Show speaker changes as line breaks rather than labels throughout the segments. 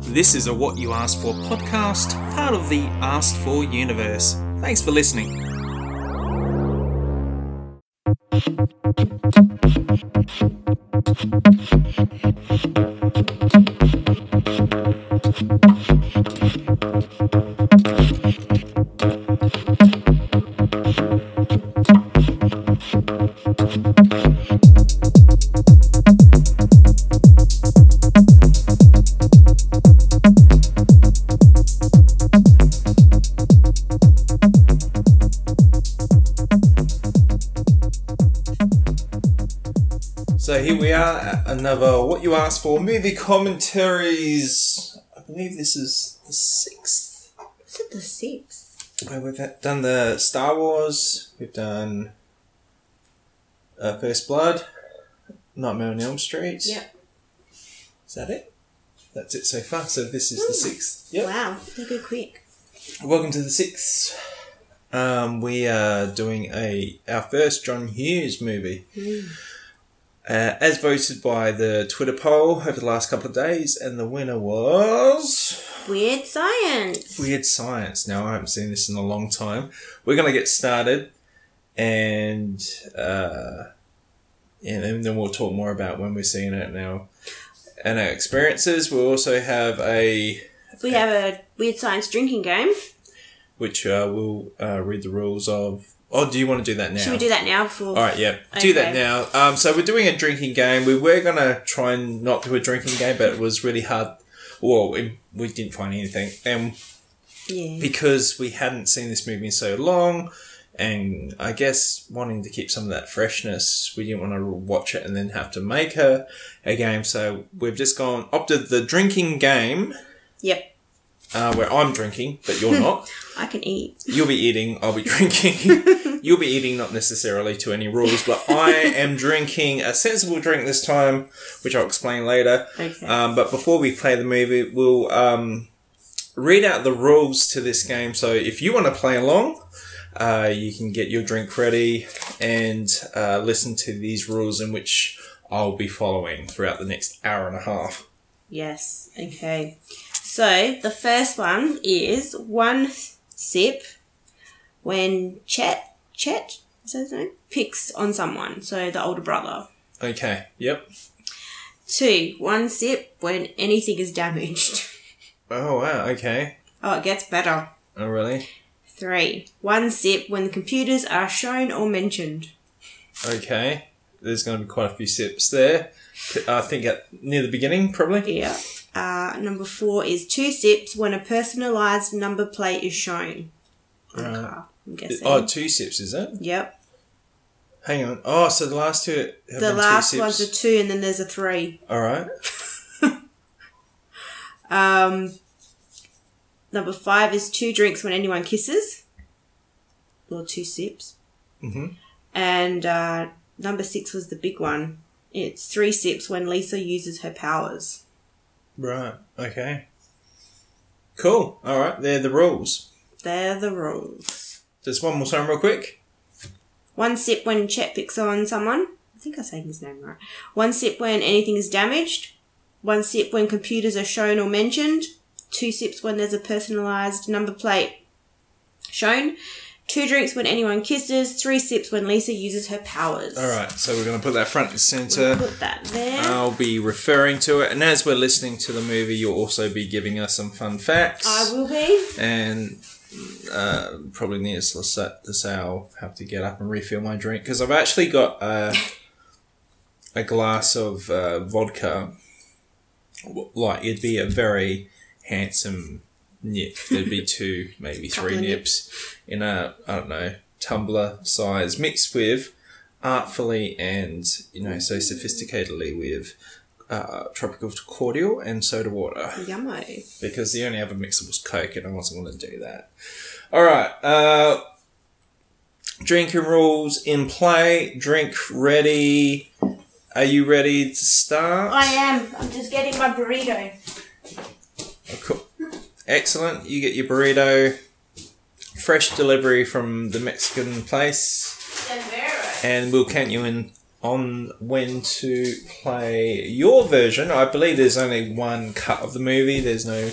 This is a What You Asked For podcast, part of the Asked For universe. Thanks for listening. So here we are at another What You Asked For movie commentaries. I believe this is the sixth.
Is it the sixth?
Uh, We've done the Star Wars. We've done uh, First Blood. Nightmare on Elm Street.
Yep.
Is that it? That's it so far. So this is the
Hmm.
sixth. Yep.
Wow, you go quick.
Welcome to the sixth. Um, we are doing a our first John Hughes movie,
Hmm.
uh, as voted by the Twitter poll over the last couple of days, and the winner was
Weird science.
Weird Science. Now I haven't seen this in a long time. We're gonna get started, and uh, yeah, then, then we'll talk more about when we're seeing it now and our experiences. We'll also have a
We have a weird science drinking game.
which uh, we'll uh, read the rules of. Oh, do you want to do that now?
Should we do that now for?
All right, yeah, do that
Okay.
now. Um, so we're doing a drinking game. We were gonna try and not do a drinking game, but it was really hard. Well, we, we didn't find anything, and
Yeah.
because we hadn't seen this movie in so long, and I guess wanting to keep some of that freshness, we didn't want to watch it and then have to make a, a game. So we've just gone opted the drinking game,
Yep.
uh, where I'm drinking, but you're not.
I can eat.
You'll be eating, I'll be drinking. You'll be eating, not necessarily to any rules, but I am drinking a sensible drink this time, which I'll explain later.
Okay.
Um, but before we play the movie, we'll um, read out the rules to this game. So if you want to play along, uh, you can get your drink ready and uh, listen to these rules in which I'll be following throughout the next hour and a half.
Yes. Okay. So the first one is one sip when Chet Chet is that his name picks on someone. So the older brother.
Okay, yep.
Two one sip when anything is damaged.
Oh, wow, okay.
Oh, it gets better.
Oh, really?
Three one sip when the computers are shown or mentioned.
Okay. There's going to be quite a few sips there. I think at near the beginning, probably.
Yeah. Uh, number four is two sips when a personalised number plate is shown. on a
Right.
car, I'm guessing.
Oh, two sips, is it?
yep.
Hang on. Oh, so the last two have
The
been
last
two sips.
one's a two, and then there's a three.
All right.
Um, number five is two drinks when anyone kisses, or two sips.
Mhm.
And uh, number six was the big one. It's three sips when Lisa uses her powers.
Right. Okay. Cool. All right. They're the rules.
They're the rules.
Just one more time, real quick.
One sip when Chet picks on someone. I think I said his name right. One sip when anything is damaged. One sip when computers are shown or mentioned. Two sips when there's a personalised number plate shown. Two drinks when anyone kisses. Three sips when Lisa uses her powers.
All right. uh, So we're going to put that front and
We'll
center.
put that there.
I'll be referring to it, and as we're listening to the movie, you'll also be giving us some fun facts.
I will be.
and uh, probably needless to say, to say I'll have to get up and refill my drink because I've actually got uh, a glass of uh, vodka. W- Like it'd be a very handsome nip. There'd be two, maybe three
Couple of
nips in a I don't know tumbler size, mixed with artfully and you know so sophisticatedly with uh, tropical cordial and soda water
Yummo.
because the only other mixer was Coke, and I wasn't going to do that. All right. Uh, drinking rules in play. Drink ready. Are you ready to start?
I am. I'm just getting my burrito.
Oh, cool. Excellent. You get your burrito, fresh delivery from the Mexican place,
Denvero.
and we'll count you in on when to play your version. I believe there's only one cut of the movie. There's no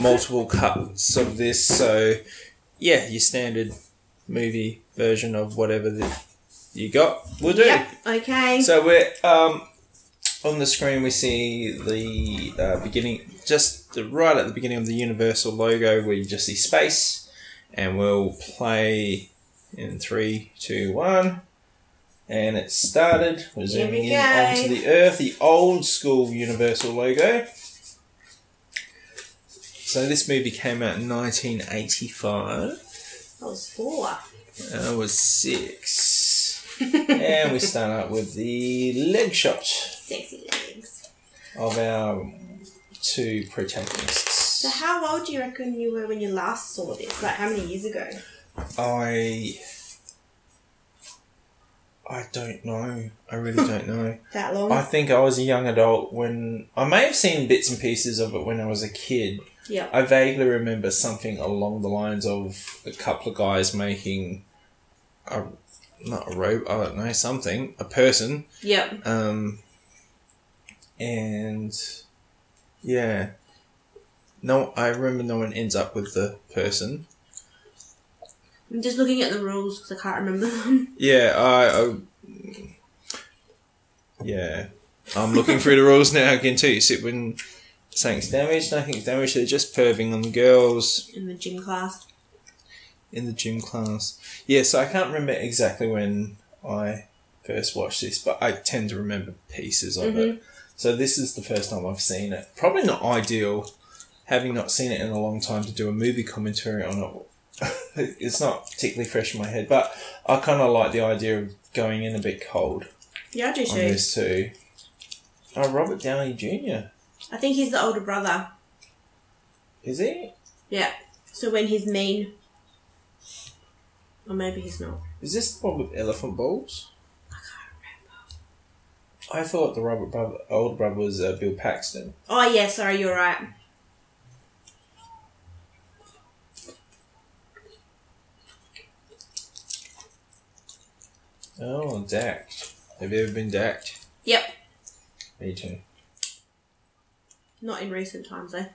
multiple cuts of this. So, yeah, your standard movie version of whatever that you got will do.
Yep. Okay.
So we're um, on the screen. We see the uh, beginning, just the, right at the beginning of the Universal logo, where you just see space, and we'll play in three, two, one. And it started. We're
Here we
zooming in
go.
onto the Earth, the old school Universal logo. So this movie came out in 1985.
that was four.
I was six. and we start out with the leg shot
Sexy legs.
of our two protagonists.
So how old do you reckon you were when you last saw this? Like how many years ago?
I I don't know. I really don't know.
That long?
I think I was a young adult when I may have seen bits and pieces of it when I was a kid.
yeah.
I vaguely remember something along the lines of a couple of guys making a not a rope, I don't know, something, a person
Yeah.
Um, and yeah, no, I remember no one ends up with the person.
I'm just looking at the rules because I can't remember them.
Yeah, I, I yeah, I'm looking through the rules now again too. You sit when something's damaged, nothing's damaged. They're just perving on the girls
in the gym class.
in the gym class. Yeah, so I can't remember exactly when I first watched this, but I tend to remember pieces of it. So this is the first time I've seen it. Probably not ideal, having not seen it in a long time, to do a movie commentary on it. it's not particularly fresh in my head, but I kind of like the idea of going in a bit cold
Yeah, I do
on
too.
this too. Oh, Robert Downey Jr.
I think he's the older brother.
Is he?
Yeah. So when he's mean. Or maybe he's not.
Is this the one with elephant balls? I thought the Robert brother, older brother was uh, Bill Paxton.
Oh yeah, sorry, you're right.
Oh, Dact. Have you ever been Dact?
Yep.
Me too.
Not in recent times though.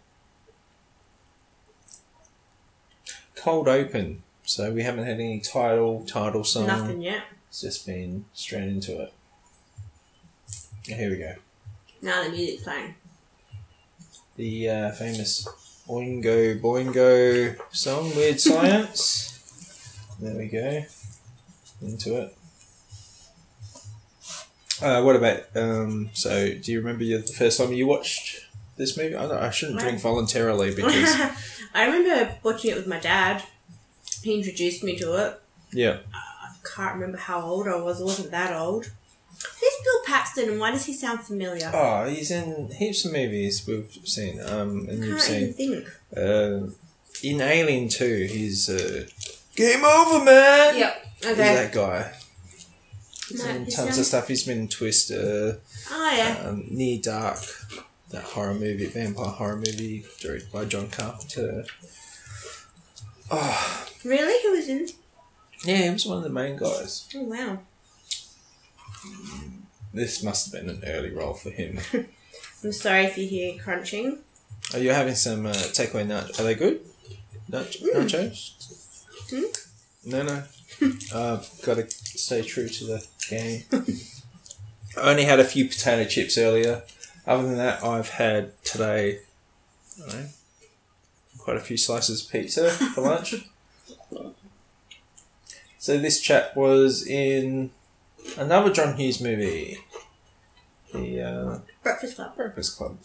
Cold open. So we haven't had any title, title song.
Nothing yet.
It's just been straight into it. Here we go.
Now the music's playing.
The uh, famous Oingo Boingo song, Weird Science. there we go. Into it. Uh, what about, um, so do you remember your, the first time you watched this movie? I, don't, I shouldn't drink voluntarily because,
I remember watching it with my dad. He introduced me to it.
yeah.
I can't remember how old I was. I wasn't that old. Who's Bill Paxton and why does he sound familiar?
Oh, he's in heaps of movies we've seen, um, and
I
you've
can't
seen.
even think.
Uh, in Alien 2, he's, uh, Game Over, man!
Yep.
He's
Okay.
that guy. He's
No,
in
he
tons of
sounds-
stuff. He's been in Twister,
Oh yeah.
um, Near Dark, that horror movie, vampire horror movie directed by John Carpenter. Oh,
Really? Who was in?
yeah, he was one of the main guys.
Oh wow.
This must have been an early role for him.
I'm sorry if you hear crunching.
Are you having some uh, takeaway nut? Are they good? Nut- Nachos?
Mm.
No, no. uh, Got to stay true to the game. I only had a few potato chips earlier. Other than that, I've had today I don't know, quite a few slices of pizza for lunch. so this chap was in another John Hughes movie, the uh,
Breakfast Club.
Breakfast Club.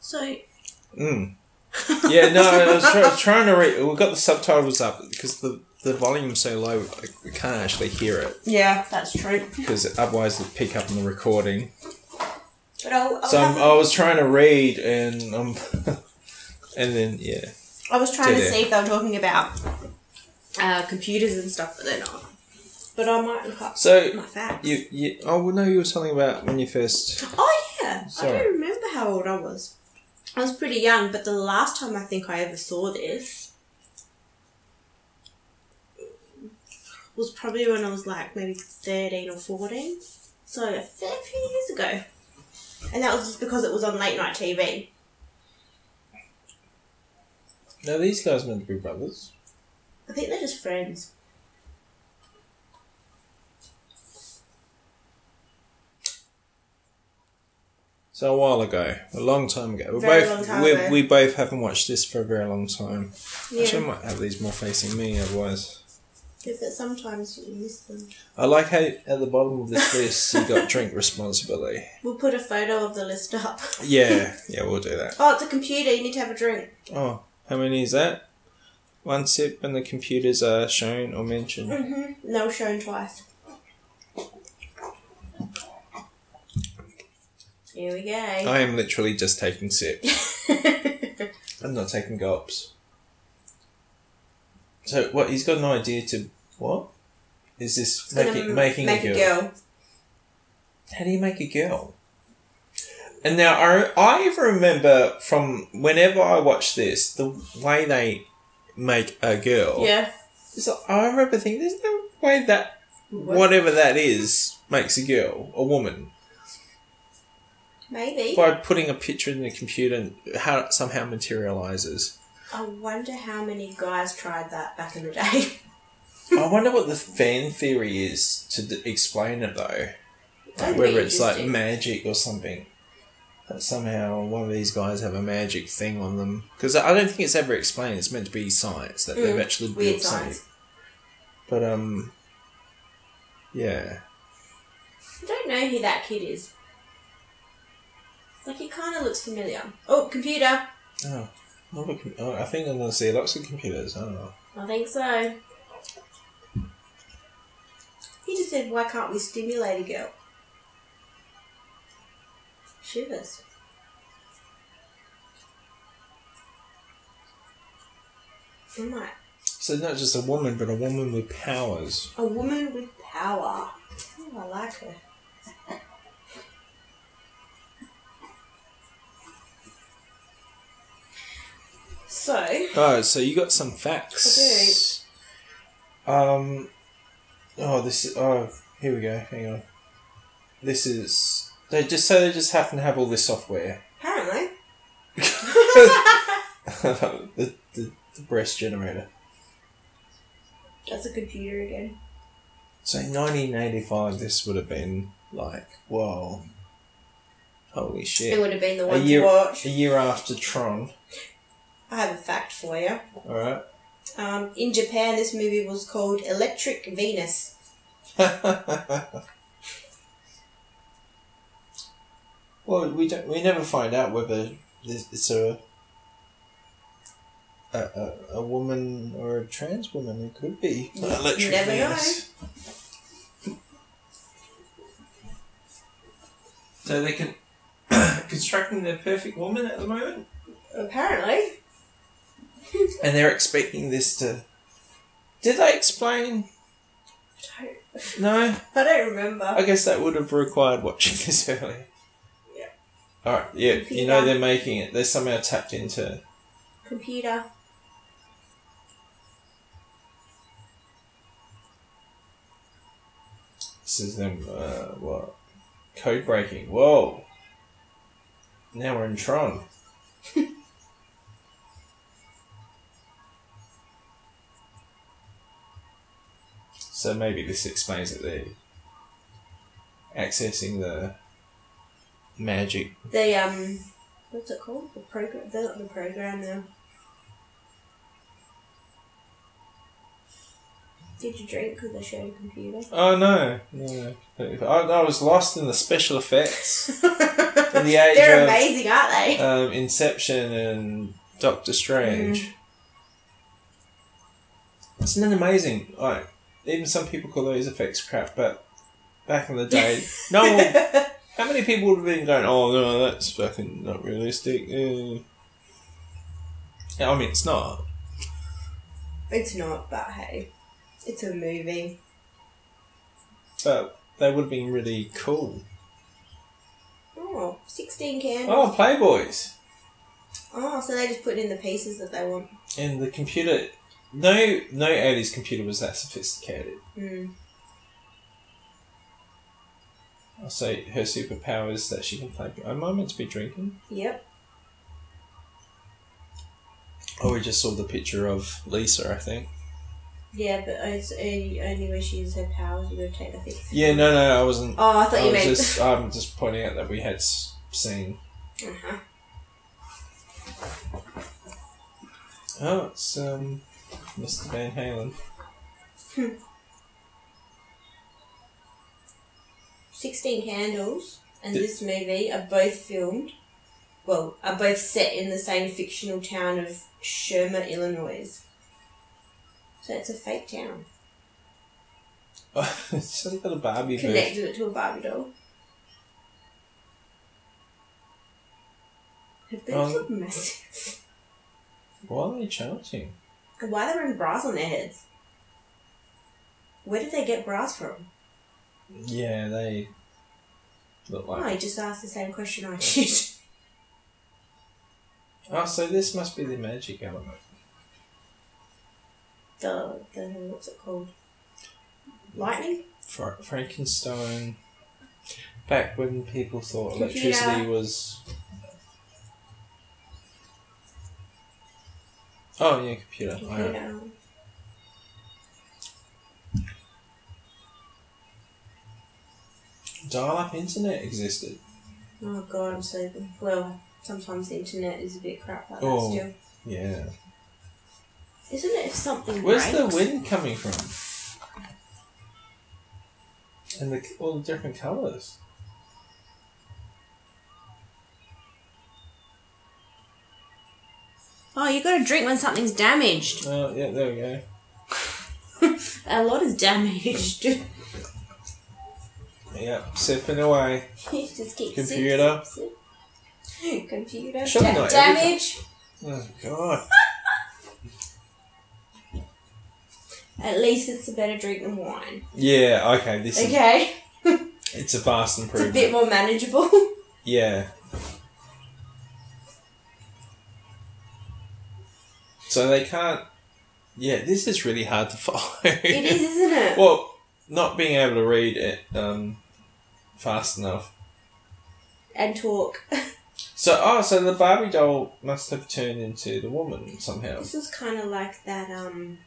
So
Mm. Yeah, no, I was, try- trying to read. We've got the subtitles up because the, the volume's so low, like, we can't actually hear it
yeah, that's true.
because otherwise it'd pick up on the recording.
But I'll, I'll
So oh,
have
I'm,
a-
I was trying to read and um, and then yeah,
I was trying to
Did it.
see if they were talking about uh, computers and stuff, but they're not. But I might look up
So,
my facts.
you you oh well, no, you were talking about when you first
oh yeah, I
Sorry.
don't remember how old I was. I was pretty young, but the last time I think I ever saw this was probably when I was like maybe 13 or 14. So a fair few years ago. And that was just because it was on late night TV.
Now these guys meant to be brothers.
I think they're just friends.
So a while ago, a long time ago, we
Very long
both
time
we
ago.
we both haven't watched this for a very long time. Actually, I
Yeah.
might have these more facing me. Otherwise,
Because that sometimes you miss them.
I like how at the bottom of this list you got drink responsibility.
We'll put a photo of the list up.
Yeah, yeah, we'll do that.
Oh, it's a computer. You need to have a drink.
Oh, how many is that? One sip when the computers are shown or mentioned.
hmm No, shown twice. Here we go.
I am literally just taking sips. I'm not taking gulps. So what? He's got an idea to what? Is this make it,
Gonna
making
make
a girl? How do you make a girl? And now I, I remember from whenever I watch this, the way they make a girl.
Yeah.
So I remember thinking, there's no way that whatever that is makes a girl, a woman,
Maybe.
by putting a picture in the computer and how it somehow materializes.
I wonder how many guys tried that back in the day.
I wonder what the fan theory is to d- explain it though. Like,
That'd be
whether it's like
interesting.
magic or something. That somehow one of these guys have a magic thing on them. Because I don't think it's ever explained. It's meant to be science that they've
Mm,
actually
weird
built something.
science.
But um, yeah.
I don't know who that kid is. Like, he kind of looks familiar. Oh, computer.
Oh, not a com- oh, I think I'm gonna see lots of computers. I don't know.
I think so. He just said, Why can't we stimulate a girl? Shivers. I might.
So not just a woman, but a woman with powers.
A woman with power. Oh, I like her. So,
Oh, so you got some facts. Um, oh, this is, oh, here we go. Hang on. This is, they just, so they just happen to have all this software.
apparently,
the, the, the breast generator.
that's a computer again.
So in 1985, this would have been like, whoa. Holy
It
shit.
would have been the
A
one
year,
to watch.
a year after Tron.
I have a fact for you.
Alright.
Um, in Japan, this movie was called Electric Venus.
well, we don't. We never find out whether this- it's a, a a a woman or a trans woman. It could be
You never know.
So they can constructing their perfect woman at the moment,
Apparently,
and they're expecting this to. Did they explain?
I don't-
No,
I don't remember.
I guess that would have required watching this earlier.
Yeah.
All right. Yeah, you
Yeah.
know they're making it. They're somehow tapped into.
Computer.
This is them. Uh, what? Code breaking. Whoa. Now we're in Tron. so maybe this explains that they're accessing the magic.
The um, what's it called? The program. They're not the program now. Did you drink? Because I showed a computer.
Oh no! No, no. I, I was lost in the special effects. In the age
They're
of-
amazing, aren't they?
um, Inception and Doctor Strange. Isn't that amazing? Like, even some people call those effects crap, but back in the day, no one. How many people would have been going, oh, no, that's fucking not realistic? eh." I mean, it's not.
it's not, but hey, it's a movie.
But they would have been really cool.
Oh, Oh, 16 candles.
Oh, Playboys.
Oh, so they just put in the pieces that they want.
And the computer. No, no 80s computer was that sophisticated.
Mm.
So her superpower is that she can play. Am I meant to be drinking?
Yep.
Oh, we just saw the picture of Lisa, I think.
Yeah, but it's only, only when she uses her powers you rotate, I think.
Yeah, no, no, I wasn't.
Oh, I thought
I
you
was
meant.
just, I'm just pointing out that we had s- seen.
uh-huh.
Oh, it's um, Mr. Van Halen.
16 Candles and
Th-
this movie are both filmed, well, are both set in the same fictional town of Shermer, Illinois. So it's a fake town.
Oh, it's just got a Barbie version.
Connected it to a Barbie doll. Her boobs
Um,
look massive.
Why are they charging?
And Why they're wearing bras on their heads? Where did they get bras from?
Yeah, they look
Oh,
like.
I just asked the same question I did.
Oh, so this must be the magic element.
the, the what's it called? Lightning?
Fra- Frankenstein. Back when people thought
Computer.
electricity was. Oh yeah, computer. Alright.
Yeah.
Dial-up internet existed.
Oh god, I'm so well. Sometimes the internet is a bit crap like
Oh.
that
Yeah.
still, isn't it? If something
Where's the
breaks?
wind coming from? And the, all the different colours.
Oh, you got to drink when something's damaged.
Oh yeah, there we go.
A lot is damaged.
Yep, sipping away.
Just keep
Computer.
Sip, sip, sip. Computer.
Sure,
Da-
not
damage.
Oh god.
At least it's a better drink than wine.
Yeah. Okay. This is
Okay,
it's a vast
it's a
improvement.
bit more manageable.
Yeah. So they can't. Yeah, this is really hard to follow.
it is, isn't it?
Well, not being able to read it um, fast enough.
and talk.
So, oh, so the Barbie doll must have turned into the woman somehow.
This is kind of like that um,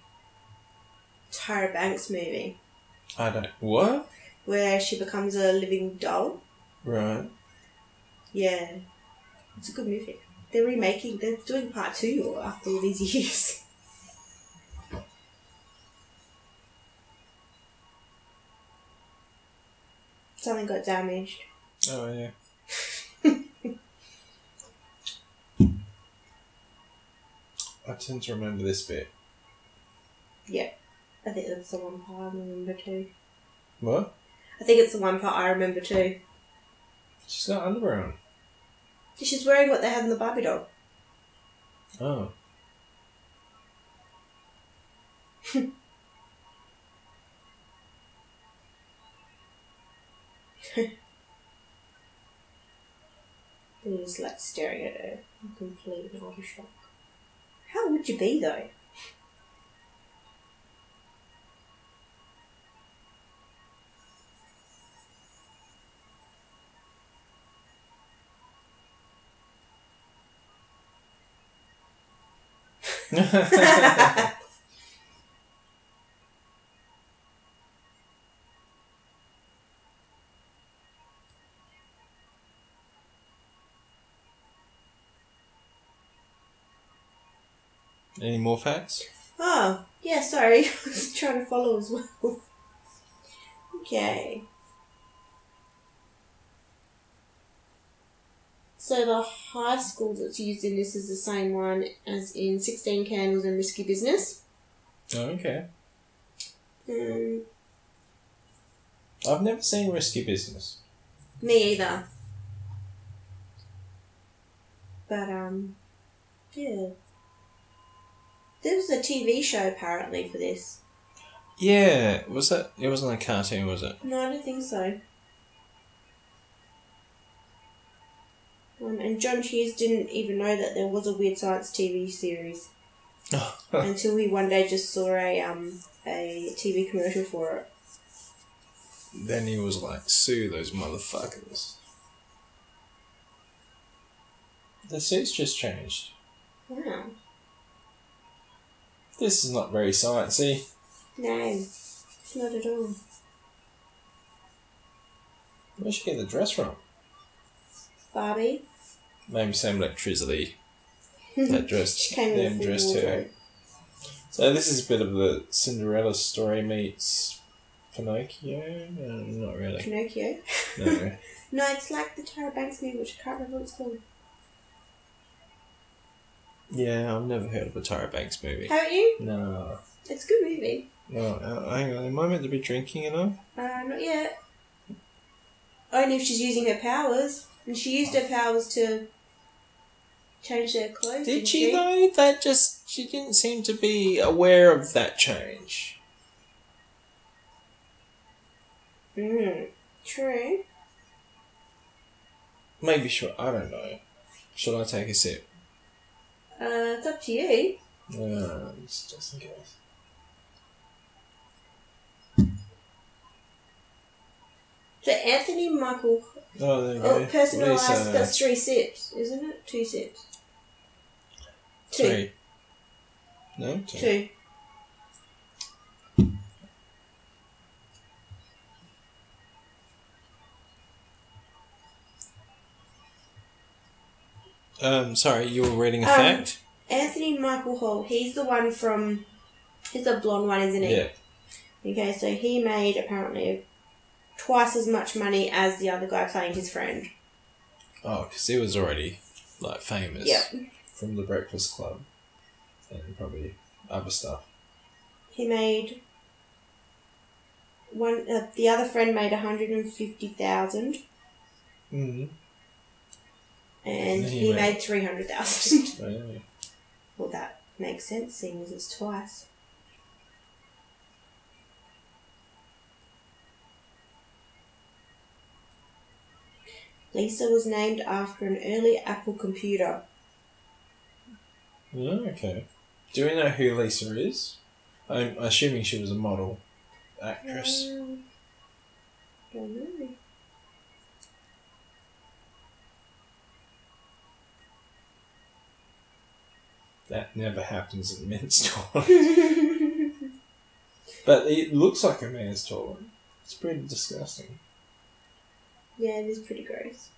Tyra Banks movie
I don't. What?
where she becomes a living doll.
Right.
Yeah. It's a good movie. They're remaking, they're doing part two after all these years. Something got damaged.
Oh, yeah. I tend to remember this bit.
I think that's the one part I remember too.
What?
I think it's the one part I remember too.
She's got underwear on.
She's wearing what they had in the Barbie doll.
Oh.
And just like staring at her in complete and utter shock. How would you be though?
Any more facts?
Oh, yeah, sorry. I was trying to follow as well. Okay. So the high school that's used in this is the same one as in 16 Candles and Risky Business.
Oh, okay.
Um,
I've never seen Risky Business.
me either. But, um, yeah. There was a TV show apparently for this.
Yeah, was that? It wasn't a cartoon, was it?
No, I don't think so. Um, and John Hughes didn't even know that there was a Weird Science TV series until he one day just saw a um a TV commercial for it.
then he was like, sue those motherfuckers. The suit's just changed.
Wow.
This is not very sciencey.
No, not at all.
Where'd she get the dress from?
Barbie.
Maybe some electricity that dressed
She came
them
with a
dressed
full
her.
wardrobe.
So this is a bit of the Cinderella story meets Pinocchio. No, not really.
Pinocchio.
No.
No, it's like the Tara Banks movie, which I can't remember what it's called.
yeah, I've never heard of a Tyra Banks movie.
Haven't you?
No.
It's a good movie.
No, uh, hang on. Am I meant to be drinking enough?
Uh, not yet. Only if she's using her powers, and she used her powers to change their
Did
clothes. didn't
she though? That just she didn't seem to be aware of that change.
Mm, true.
Maybe sure. I don't know. Should I take a sip?
Uh, it's up to you.
No, just Uh, just in case.
So Anthony Michael,
Oh, there we
oh,
go. What
personalised.
is, uh,
That's three sips, isn't it? Two sips. Two.
Three. No, two.
Two.
Um, sorry, you were reading a
Um,
fact.
Anthony Michael Hall. He's the one from. He's the blonde one, isn't he?
Yeah,
Okay, so he made apparently twice as much money as the other guy playing his friend.
oh, because he was already like famous
Yep.
from the Breakfast Club and probably other stuff.
He made one. Uh, the other friend made one hundred and fifty thousand,
Mm.
and
Yeah, he
he,
made-
made three hundred thousand.
Really?
well, that makes sense, seeing as it's twice. Lisa was named after an early Apple computer.
Yeah, okay. Do we know who Lisa is? I'm assuming she was a model, actress.
Um, don't know.
That never happens in men's toilets. but it looks like a man's toilet. It's pretty disgusting.
Yeah, it is pretty gross.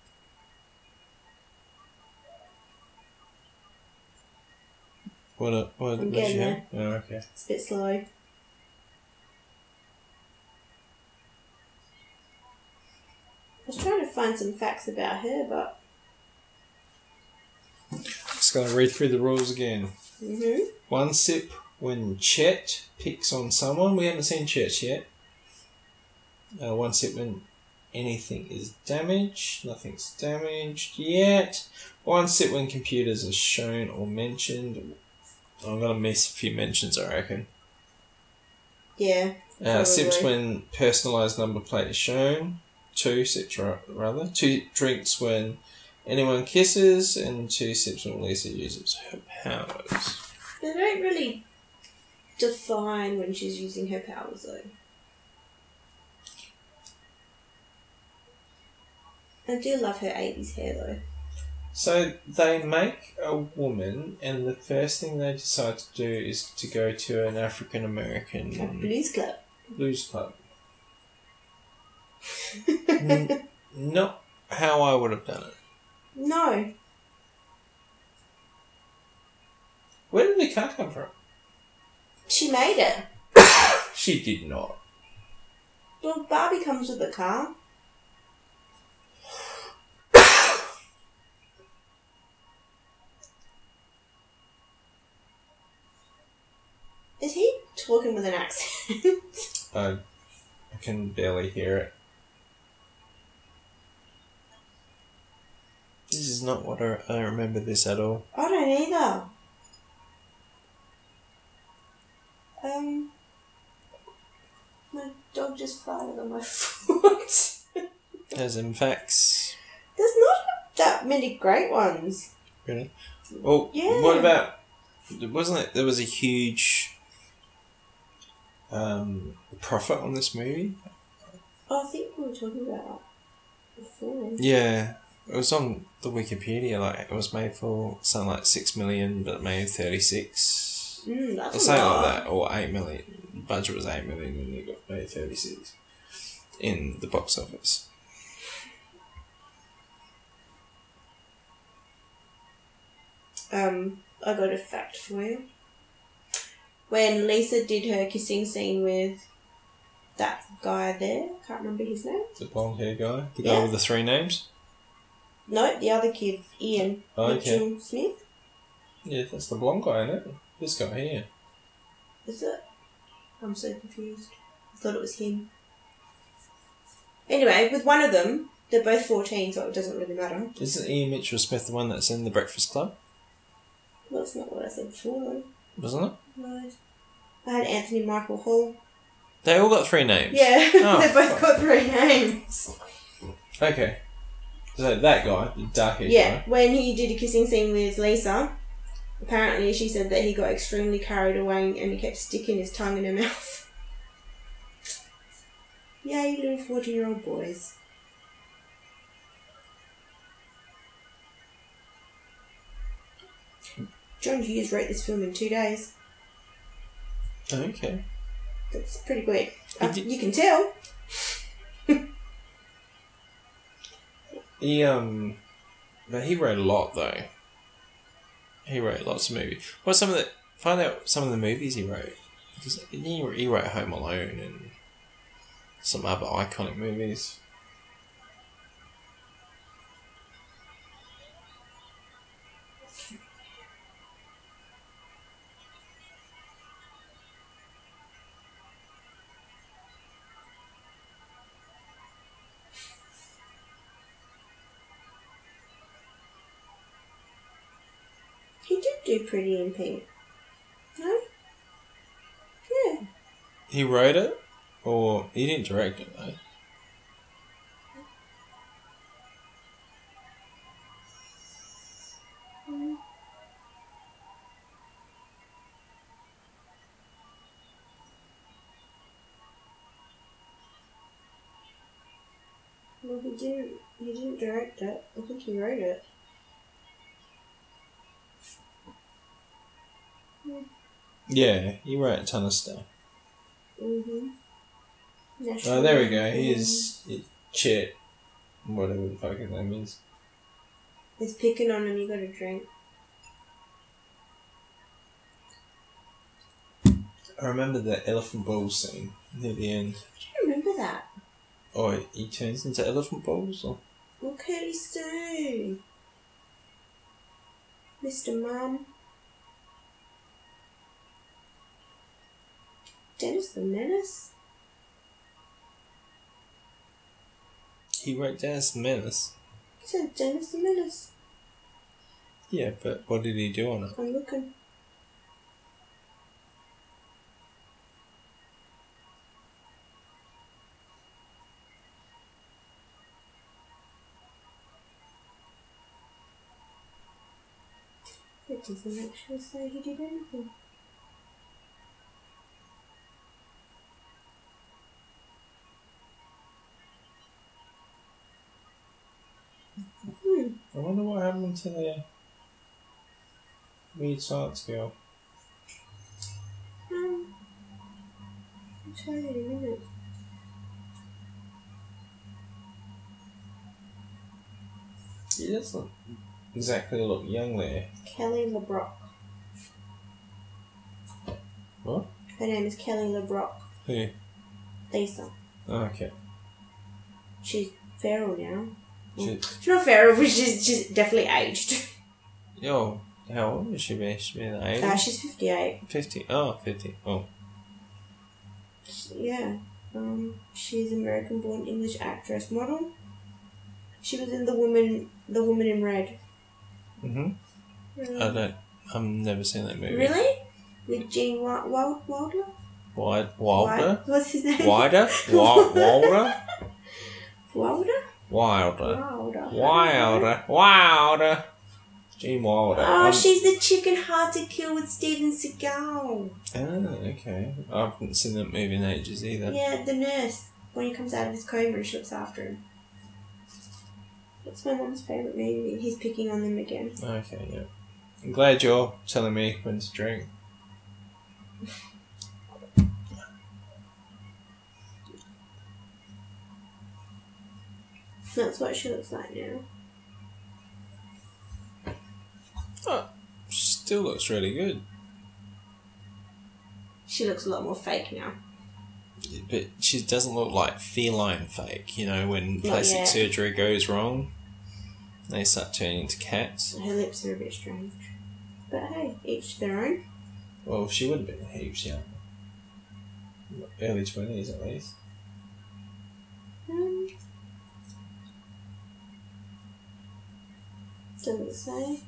What? A, what?
I'm
what you
getting
have? Oh, okay.
It's a bit slow. I was trying to find some facts about her, but
Just gotta read through the rules again.
hmm
One sip when Chet picks on someone. We haven't seen Chet yet. Uh, one sip when anything is damaged. Nothing's damaged yet. One sip when computers are shown or mentioned. I'm gonna miss a few mentions, I reckon.
yeah,
Uh, sips
Probably.
when personalised number plate is shown. Two sips, ra- rather. Two drinks when anyone kisses, and two sips when Lisa uses her powers.
they don't really define when she's using her powers though. I do love her eighties hair though.
So they make a woman, and the first thing they decide to do is to go to an African
Like
American
Blues Club.
blues club. N- not how I would have done it.
No,
Where did the car come from?
she made it.
She did not.
Well, Barbie comes with the car. Is he talking with an accent?
I, I can barely hear it. This is not what I, I remember this at all.
I don't either. Um, my dog just farted on my foot.
As in facts.
There's not that many great ones.
Really?
Well,
Yeah.
Oh, what about? Wasn't it? There was a huge um, profit on this movie.
Oh, I think we were talking about that before.
Yeah, it was on the Wikipedia. Like it was made for something like six million, but it made thirty six.
Mm,
Or
that's a
something
lot.
like that, or eight million. Budget was eight million, and they got made thirty six in the box office.
Um, I got a fact for you. When Lisa did her kissing scene with that guy there, can't remember his name.
The blonde hair guy, the
Yeah.
guy with the three names.
No, the other kid, Ian
Oh, okay.
Mitchell Smith.
Yeah, that's the blonde guy, isn't it? This guy here.
Is it? I'm so confused. I thought it was him. Anyway, with one of them, they're both fourteen, so it doesn't really matter.
Isn't Ian Mitchell Smith the one that's in the Breakfast Club?
Well, that's not what I said before. though.
Wasn't it?
No. I had Anthony Michael Hall.
They all got three names.
Yeah,
Oh,
they both
fuck.
got three names.
Okay. So that guy, the dark haired
Yeah,
guy.
when he did a kissing scene with Lisa, apparently she said that he got extremely carried away and he kept sticking his tongue in her mouth. Yay, little 14 year old boys. John Hughes wrote this film in two days.
Okay.
That's pretty quick.
He
Uh,
did-
you can tell.
He um but he wrote a lot though. He wrote lots of movies. What's some of the find out some of the movies he wrote. Because he, he wrote Home Alone and some other iconic movies.
He did do Pretty in Pink. No? Yeah.
He wrote it or he didn't direct it though.
Well, he didn't. He didn't direct it. I think he wrote it.
Yeah, he wrote a ton of stuff.
Mhm.
Oh, there we go.
Mm-hmm.
Here's Chit. Whatever the fuck his name is.
It's picking on him. You got a drink.
I remember the elephant balls scene near the end.
Do you remember that?
Oh, he turns into elephant balls? Or?
Look at his soon, Mr. Mum. Dennis the Menace.
He wrote Dennis the Menace.
It says Dennis the Menace.
Yeah, but what did he do on it?
I'm looking. It doesn't actually say he did anything. Hmm.
I wonder what happened to the weird science girl.
Um, I'll tell you in a minute.
He doesn't exactly look young there.
Kelly LeBrock.
What?
Her name is Kelly LeBrock.
Who?
Lisa.
Oh, okay.
She's feral now.
She,
She's not feral, but she's, she's definitely aged.
yo, how old would she be? She be in the 80s?
Uh, she's 58.
50. Oh, 50. Oh.
Yeah. Um, she's an American born English actress model. She was in The Woman The Woman in Red.
hmm
Um,
I don't. I've never seen that movie.
really? With Gene Wild, Wild, Wilder?
Wide, Wilder?
What's his name?
Wider? Wa- Wilder?
Wilder?
Wilder.
Wilder.
Uh, Wilder. Um, Wilder. Gene Wilder.
Oh,
I'm-
she's the chicken hard to kill with Steven Seagal.
Oh, okay. I haven't seen that movie in ages either.
Yeah, the nurse when he comes out of his coma and she looks after him. That's my mom's favourite movie. He's picking on them again.
Okay, yeah. I'm glad you're telling me when to drink.
That's what she looks like now.
Oh, Still looks really good.
She looks a lot more fake now.
But she doesn't look like feline fake, you know, when
Not
plastic
yet.
surgery goes wrong, they start turning into cats.
Her lips are a bit strange. But hey, each their own.
Well, she would have been heaps young. Early 20s at least.
Um, doesn't say.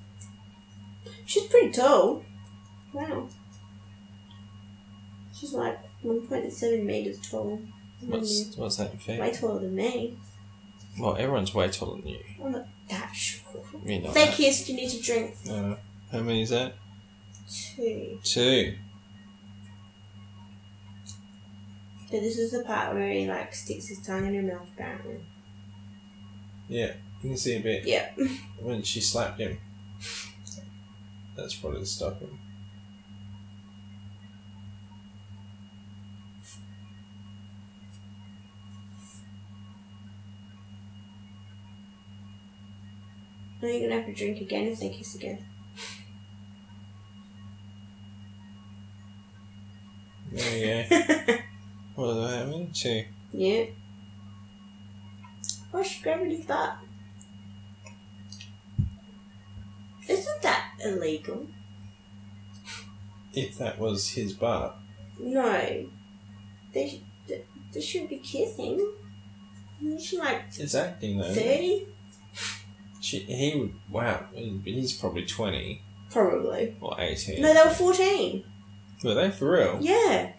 She's pretty tall. Wow. She's like 1.7 metres tall.
What's, what's that in feet?
Mm-hmm. Way taller than me.
Well, everyone's way taller than you.
I'm not that sure.
You know.
They kissed, you need to drink
that. Uh, how many is that?
two.
Two.
But this is the part where he like sticks his tongue in her mouth apparently.
Yeah, you can see a bit.
Yeah.
when she slapped him. That's probably the stuck him.
Now you're gonna have to drink again if they kiss again.
There you go. what do I mean? Two.
yeah. Oh, she's grabbing his butt. Isn't that illegal?
If that was his butt.
No. They, sh- they, they should be kissing. She's like
It's acting though.
30?
She, he would, wow, he's probably 20
Probably.
or 18.
No, they were 14.
Were they for real?
Yeah.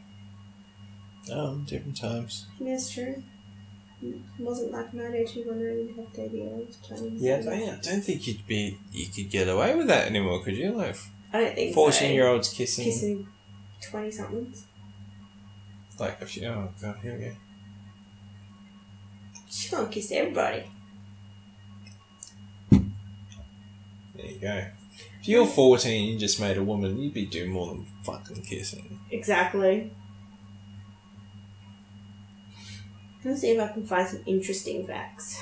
Oh, different times.
That's true. It wasn't like 90210 you have 30 hours playing.
Yeah, I don't, I don't think you'd be, you could get away with that anymore, could you? Like,
I don't think
14
so.
year olds kissing,
Kissing 20 somethings.
like, if you, oh god, here we go.
She can't kiss everybody.
There you go. If you're 14 you just made a woman, you'd be doing more than fucking kissing.
Exactly. Let's see if I can find some interesting facts.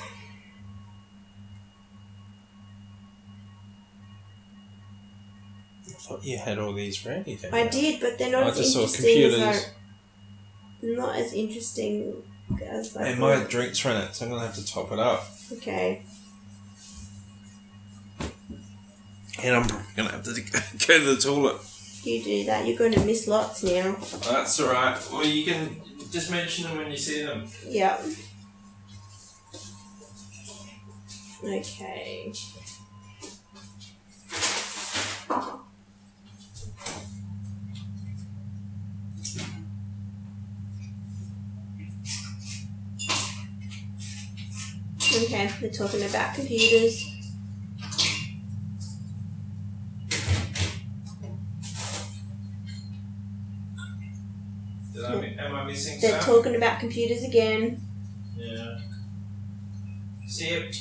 I thought you had all these ready. didn't
I
you?
did, but they're not
I
as
just saw
interesting as I,
computers
not as interesting as I
and my
thought.
drinks run out, so I'm gonna have to top it up.
Okay.
And I'm probably gonna have to go to the toilet.
You do that. You're going to miss lots now.
That's all right. Well, you can just mention them when you see them.
Yep. Okay. Okay, we're talking about computers.
Did I, mi- am I missing
They're
some?
talking about computers again.
Yeah. See it?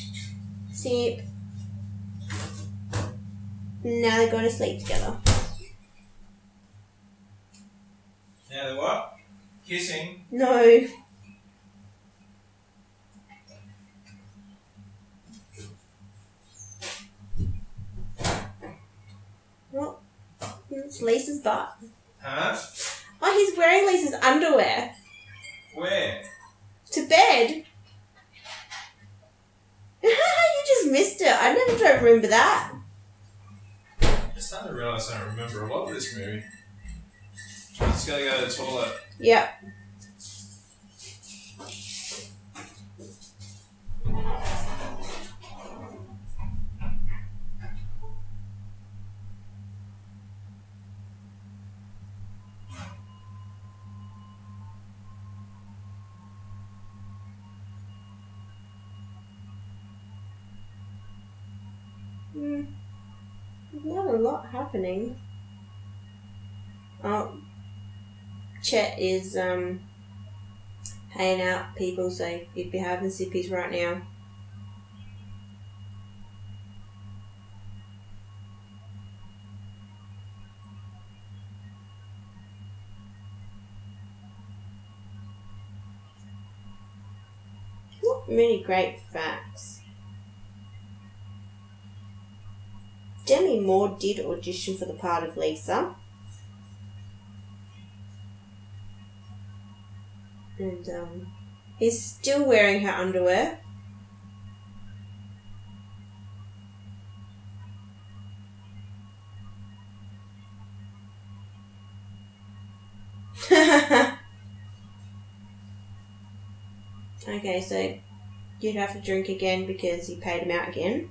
Sleep. Now they're going to sleep together.
Now the what? Kissing.
No. Well, it's Lisa's butt.
Huh?
Oh, he's wearing Lisa's underwear
Where?
to bed. you just missed it. I never don't remember that.
I'm starting to realise I don't remember a lot of this movie. I'm just gonna go to the toilet.
Yep. Mm. Not a lot happening. Oh, Chet is um, paying out people, so you'd be having sippies right now. Not many great facts. Demi Moore did audition for the part of Lisa. And um, is still wearing her underwear. okay, so you'd have to drink again because you paid him out again.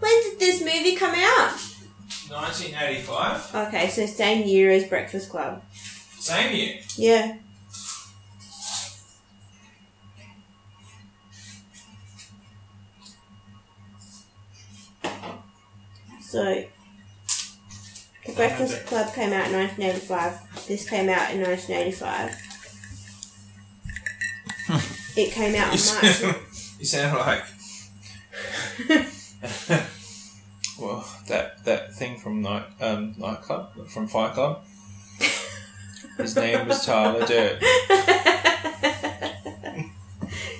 When did this movie come out?
1985,
Okay, so same year as Breakfast Club.
same year.
Yeah. So, The Breakfast Club came out in 1985. This came out in 1985. it came out
You
in March.
sound, you sound like well that that thing from night um, nightclub from Fight Club. His name was Tyler Durden.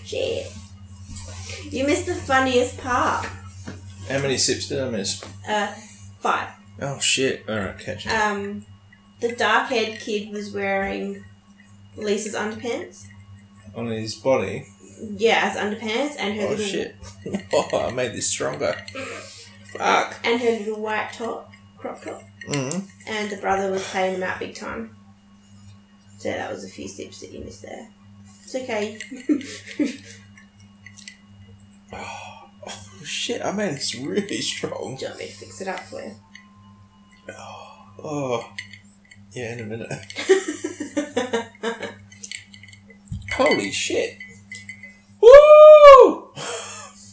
Shit. You missed the funniest part.
How many sips did I miss?
Uh, five.
Oh shit! All right, catch it.
um, the dark haired kid was wearing Lisa's underpants.
on his body.
Yeah, as underpants and her
Oh
little
shit! oh, I made this stronger. Fuck.
and her little white top crop top.
Mm.
And the brother was playing them out big time. So that was a few steps that you missed there. It's okay.
Oh shit! I made this really strong.
Do you want me to fix it up for you?
Oh. Yeah, in a minute. Holy shit! Woo!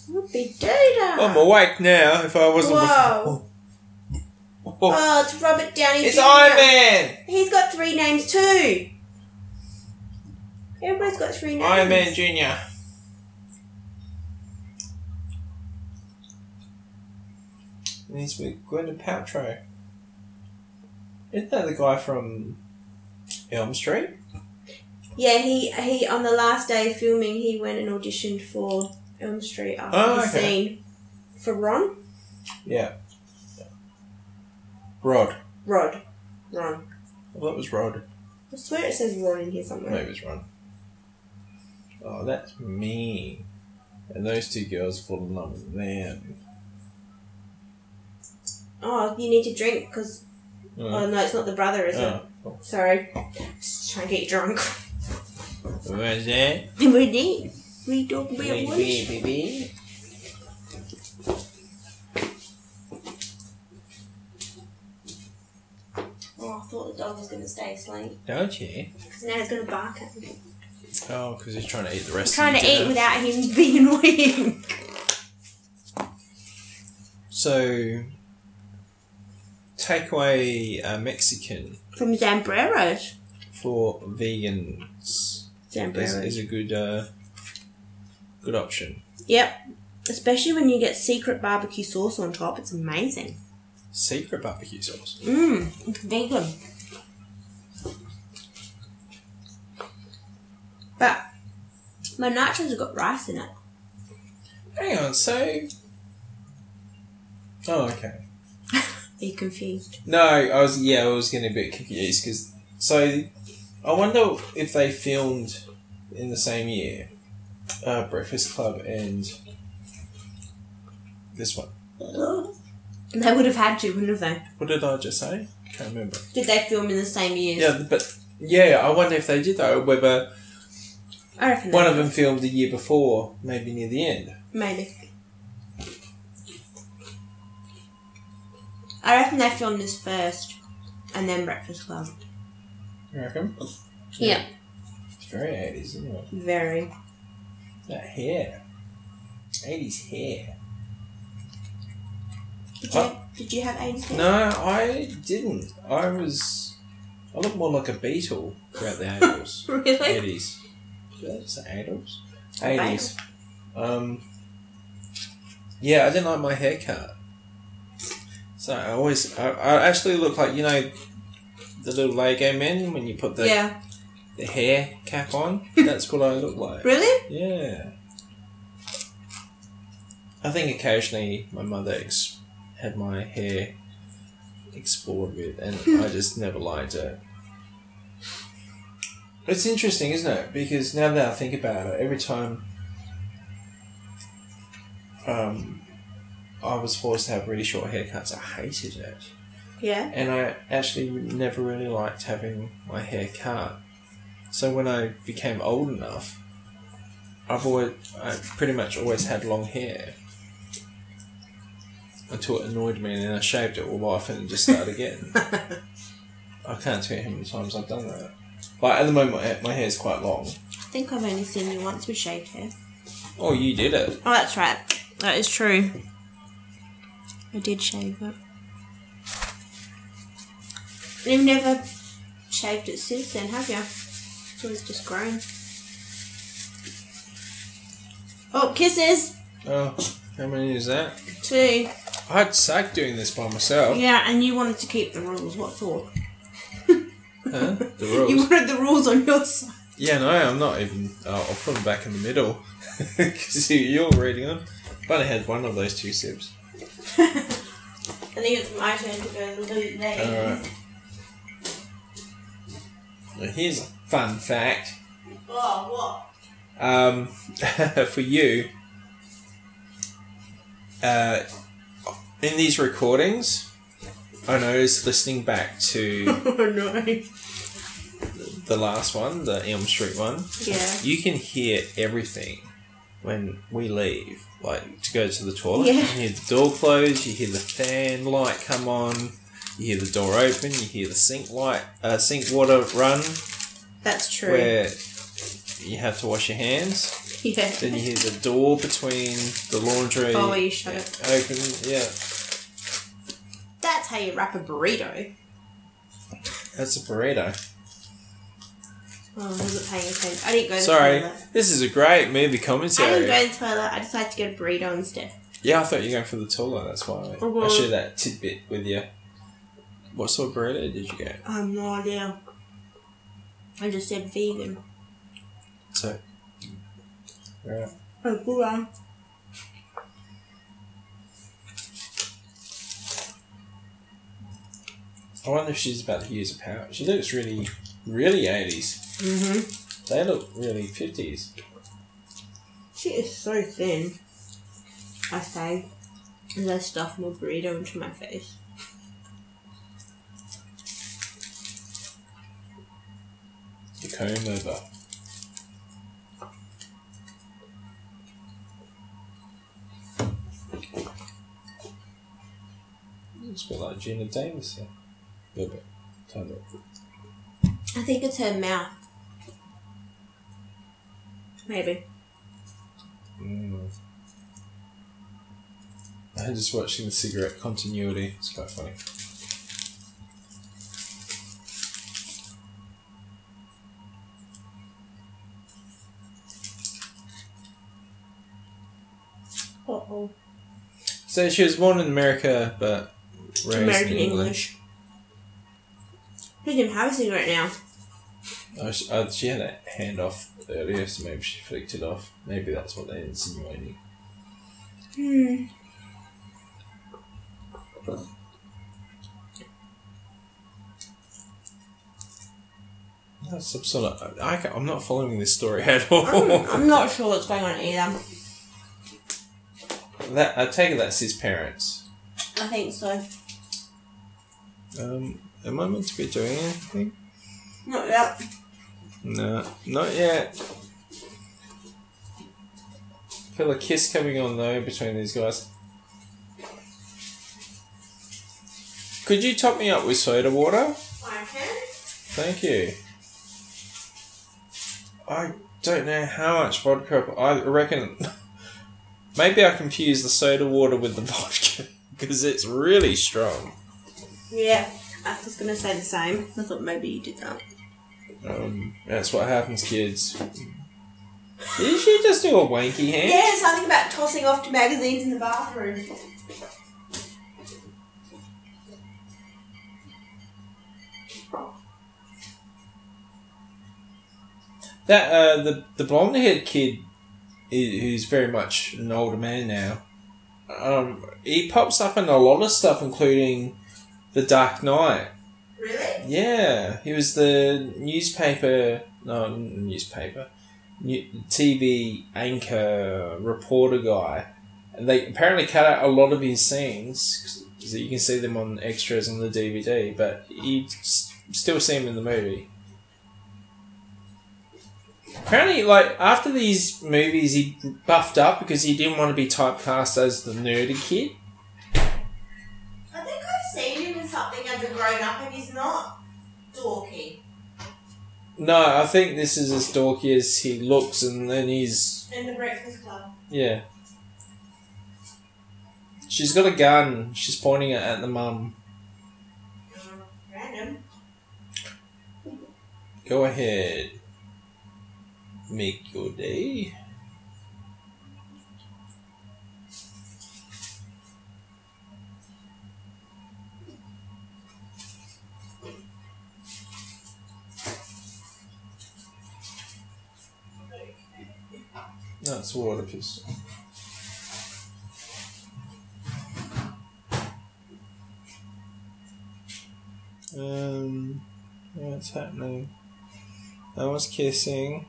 Whoopie data.
I'm awake now. If I wasn't
Whoa.
before.
Oh, it's Robert Downey
It's
Jr..
Iron Man.
He's got three names too. Everybody's got three names.
Iron Man Junior. And he's with Gwyneth Paltrow. Isn't that the guy from Elm Street?
Yeah, he he on the last day of filming, he went and auditioned for Elm Street after
Oh,
the
okay.
scene for Ron,
Yeah. Rod.
Rod, Ron.
Well, that was Rod.
I swear it says Ron in here
Maybe
somewhere.
it was Ron. Oh, that's me. And those two girls fall in love with them.
Oh, you need to drink because
Oh,
oh no, it's not the brother, is
oh.
it? Sorry, just trying to get you drunk.
Where's that?
we need we don't be
Baby,
a wish.
baby.
Oh, I thought the dog was gonna stay asleep
Don't you?
because now he's gonna bark at me.
Oh, because he's trying to eat the rest
Trying
of
to
your
eat
dinner.
without him being annoying.
So, take away uh, Mexican
From Zambreros.
for vegans is,
Zambreros.
is a good uh, good option.
Yep. Especially when you get secret barbecue sauce on top, it's amazing.
Secret barbecue sauce.
Mmm, it's vegan. But my nachos have got rice in it.
Hang on, so. Oh, okay.
Are you confused?
No, I was yeah, I was getting a bit confused because so I wonder if they filmed in the same year, uh, Breakfast Club and this one.
They would have had to, wouldn't have they?
What did I just say? Can't remember.
Did they film in the same years?
Yeah, but yeah, I wonder if they did though. Whether
I reckon.
one
they-
of them filmed the year before, maybe near the end.
Maybe. I reckon they filmed this first, and then Breakfast Club.
You reckon?
Yeah.
It's very eighties, isn't it?
Very.
That hair, eighties hair.
Did you,
Huh?
have, did you have eighties? hair?
No, I didn't. I was. I looked more like a beetle throughout the eighties.
Really?
Eighties. That's eighties. Eighties. Um. Yeah, I didn't like my haircut. So I always, I, I actually look like you know, the little Lego men when you put the
yeah.
the hair cap on. That's what I look like.
Really?
Yeah. I think occasionally my mother ex- had my hair explored with, and I just never liked it. It's interesting, isn't it? Because now that I think about it, every time um, I was forced to have really short haircuts, I hated it.
Yeah.
And I actually never really liked having my hair cut. So when I became old enough, I've always, I pretty much always had long hair. Until it annoyed me, and then I shaved it all off and just started again. I can't tell you how many times I've done that. Like at the moment, my hair- my hair's quite long.
I think I've only seen you once with shaved hair.
Oh, you did it.
Oh, that's right. That is true. I did shave it. You've never shaved it since then, have you? It's always just grown. Oh, kisses!
Oh, how many is that?
Two.
I had sack doing this by myself.
Yeah, and you wanted to keep the rules. What for?
Huh? The rules.
You wanted the rules on your side.
Yeah, no, I'm not even. Uh, I'll put them back in the middle because you're reading them. But I had one of those two sips.
I think it's my turn to go to the
All right. Now here's a fun fact
Oh,
um, for you. Uh, in these recordings, I noticed listening back to
what? Oh, no.
the last one, the Elm Street one.
Yeah.
you can hear everything when we leave, like to go to the toilet.
Yeah.
You hear the door close, you hear the fan light come on, you hear the door open, you hear the sink light, uh, sink water run
That's true.
where you have to wash your hands.
Yeah.
Then you hear the door between the laundry
Oh, where you shut it.
open. Yeah,
That's how you wrap a burrito.
that's a burrito.
Oh, I wasn't paying attention. I didn't go to
Sorry,
the toilet.
this is a great movie
I didn't
commentary.
go to the toilet. I decided to go to burrito instead.
Yeah, I thought you were going for the taller. That's why I,
Oh,
I
well.
share that tidbit with you. What sort of burrito did you get?
I have no idea. I just said vegan.
So, yeah.
Oh, good one.
I wonder if she's about to use a power. She looks really, really eighties.
Mhm.
They look really fifties.
She is so thin. I say, as I stuff more burrito into my face.
The comb over. Looks a bit like Gina Davis. there. A little bit, tiny bit.
I think it's her mouth. Maybe.
Mm. I'm just watching the cigarette continuity. It's quite funny.
Uh oh.
So she was born in America, but raised
American
in England.
English. She didn't have a cigarette now.
Oh, she, uh, she had a hand off earlier, so maybe she flicked it off. Maybe that's what they're insinuating.
Hmm.
That's some sort of. I, ca- I'm not following this story at all.
I'm, I'm not sure what's going on either.
that I take it that's his parents.
I think so.
Um, am I meant to be doing anything?
Not yet.
No, not yet. Feel a kiss coming on though between these guys. Could you top me up with soda water? Thank you. I don't know how much vodka. I reckon maybe I confuse the soda water with the vodka because it's really strong.
Yeah. I was gonna say the same. I thought maybe you did that.
Um, that's what happens, kids. You should just do a wanky hand.
Yeah, something about tossing off to magazines in the bathroom.
That uh, the the blonde haired kid, i- who's very much an older man now, um, he pops up in a lot of stuff, including the Dark Knight.
Really?
Yeah, he was the newspaper, no n- newspaper, new, TV anchor reporter guy. And they apparently cut out a lot of his scenes so you can see them on extras on the DVD, but you s- still see him in the movie. Apparently, like after these movies, he buffed up because he didn't want to be typecast as the nerdy kid.
I think I've seen him in something as a grown up and he's not dorky.
No, I think this is as dorky as he looks, and then he's
In the Breakfast Club.
Yeah. She's got a gun. She's pointing it at the mum.
Uh, Random.
Go ahead. Make your day. No, it's a water pistol. Um, what's happening? No one's kissing.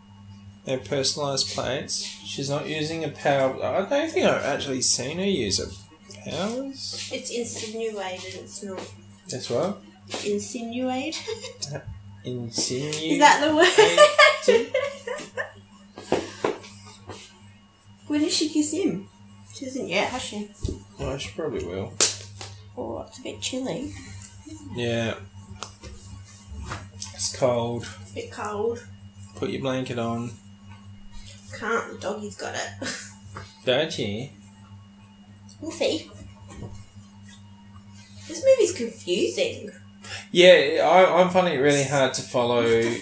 They're personalized plates. She's not using a power. I don't think I've actually seen her use her powers.
It's insinuated, it's not
That's right.
insinuated.
Insinuate.
Is that the word? when did she kiss him? She hasn't yet, has she?
Well, she probably will.
Oh, it's a bit chilly.
Yeah. It's cold.
It's a bit cold.
Put your blanket on.
Can't, the doggy's got it.
Don't you?
We'll see. This movie's confusing.
Yeah, I, I'm finding it really hard to follow.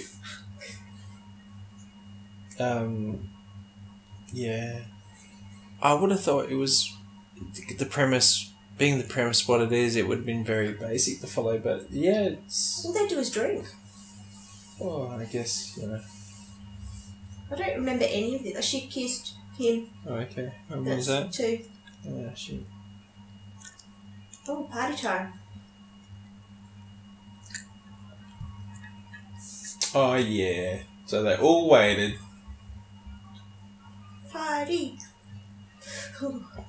Um, yeah, I would have thought it was the premise being the premise what it is. It would have been very basic to follow, but yeah, it's.
All they do is drink.
Oh, I guess you know.
I don't remember any of this. She kissed him.
Oh, okay. When was
That's
that?
two.
Yeah, shit.
Oh, party time.
Oh yeah. So they all waited.
Party.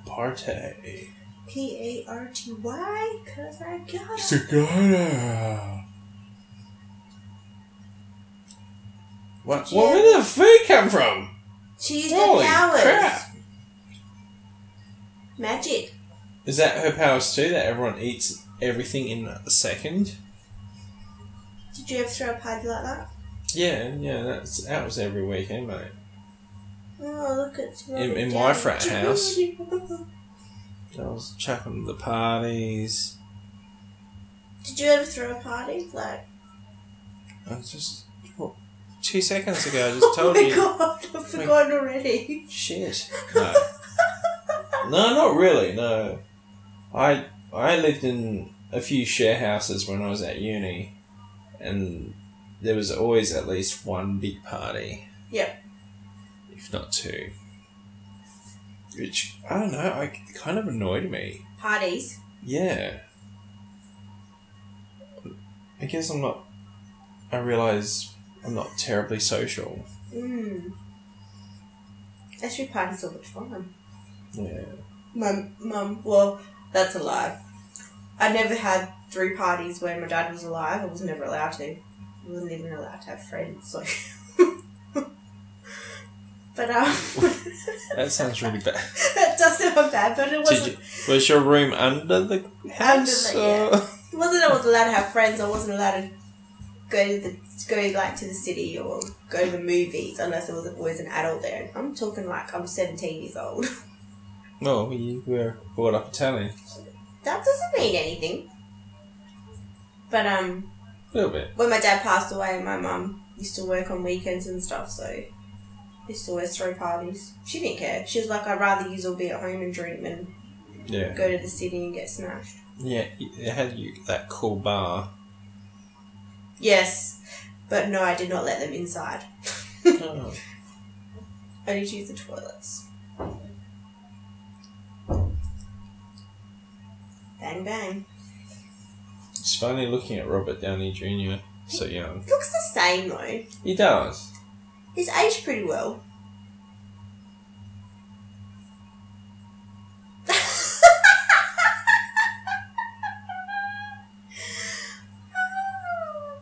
Party.
P A R T Y, because I got it.
Cigana. What?
Yeah.
Well, where did the food come from?
She used
Holy
her powers.
crap!
Magic.
Is that her powers too? That everyone eats everything in a second?
Did you ever throw a party like that?
Yeah, yeah. That's that was every weekend, mate.
Oh, look, it's
In- in
Robert
my
Downey
frat
Jr.
house. I was chucking the parties.
Did you ever throw a party? Like,
I was just what, two seconds ago. I just told
oh my
you.
god, I've forgotten already.
Shit. No. no, not really. No, I I lived in a few share houses when I was at uni, and there was always at least one big party.
Yep.
If not two. Which I don't know. I it kind of annoyed me.
Parties.
Yeah. I guess I'm not. I realize I'm not terribly social.
Mmm. I threw parties all the time.
Yeah.
Mum, mum, well, that's a lie. I never had three parties when my dad was alive. I was never allowed to. I wasn't even allowed to have friends. So. but um,
That sounds really bad.
that does sound bad. But it
Did
wasn't.
you, was your room under the house?
the-
or-
It wasn't. I was allowed to have friends. I wasn't allowed to go to the go like to the city or go to the movies unless there was always an adult there. I'm talking like I'm 17 years old.
No, you were brought up Italian.
That doesn't mean anything. But um.
A little bit.
when my dad passed away, my mum used to work on weekends and stuff, so used to always throw parties. She didn't care. She was like, I'd rather you all be at home and drink than
Yeah.
go to the city and get smashed.
Yeah, it had you that cool bar.
Yes, but no, I did not let them inside. Hmm. I did use the toilets. Bang bang.
It's funny looking at Robert Downey Jr. so young.
Looks the same though.
He does.
He's aged pretty well.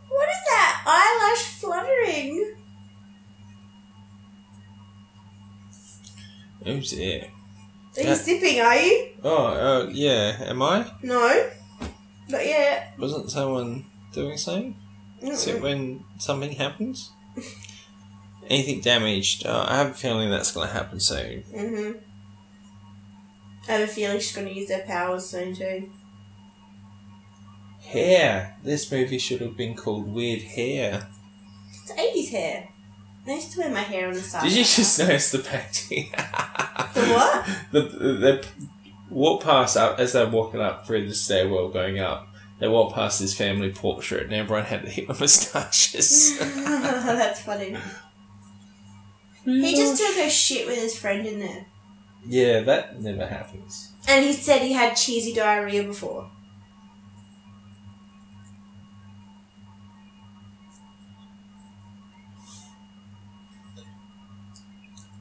what is that? Eyelash fluttering.
Who's it?
Are you
That-
sipping, are you?
Oh, uh, yeah. Am I?
No. But yeah.
Wasn't someone doing something? Is it
Mm-mm.
when something happens? Anything damaged? Uh, I have a feeling that's going to happen soon.
Mhm. I have a feeling she's gonna use her powers soon too.
Hair. This movie should have been called Weird Hair.
It's eighties hair. I used to wear my hair on the side.
Did you just notice the painting?
The what?
the, they walk past up as they're walking up through the stairwell going up. They walk past this family portrait, and everyone had to hit with moustaches.
That's funny. He just took a shit with his friend in there.
yeah, that never happens.
And he said he had cheesy diarrhea before.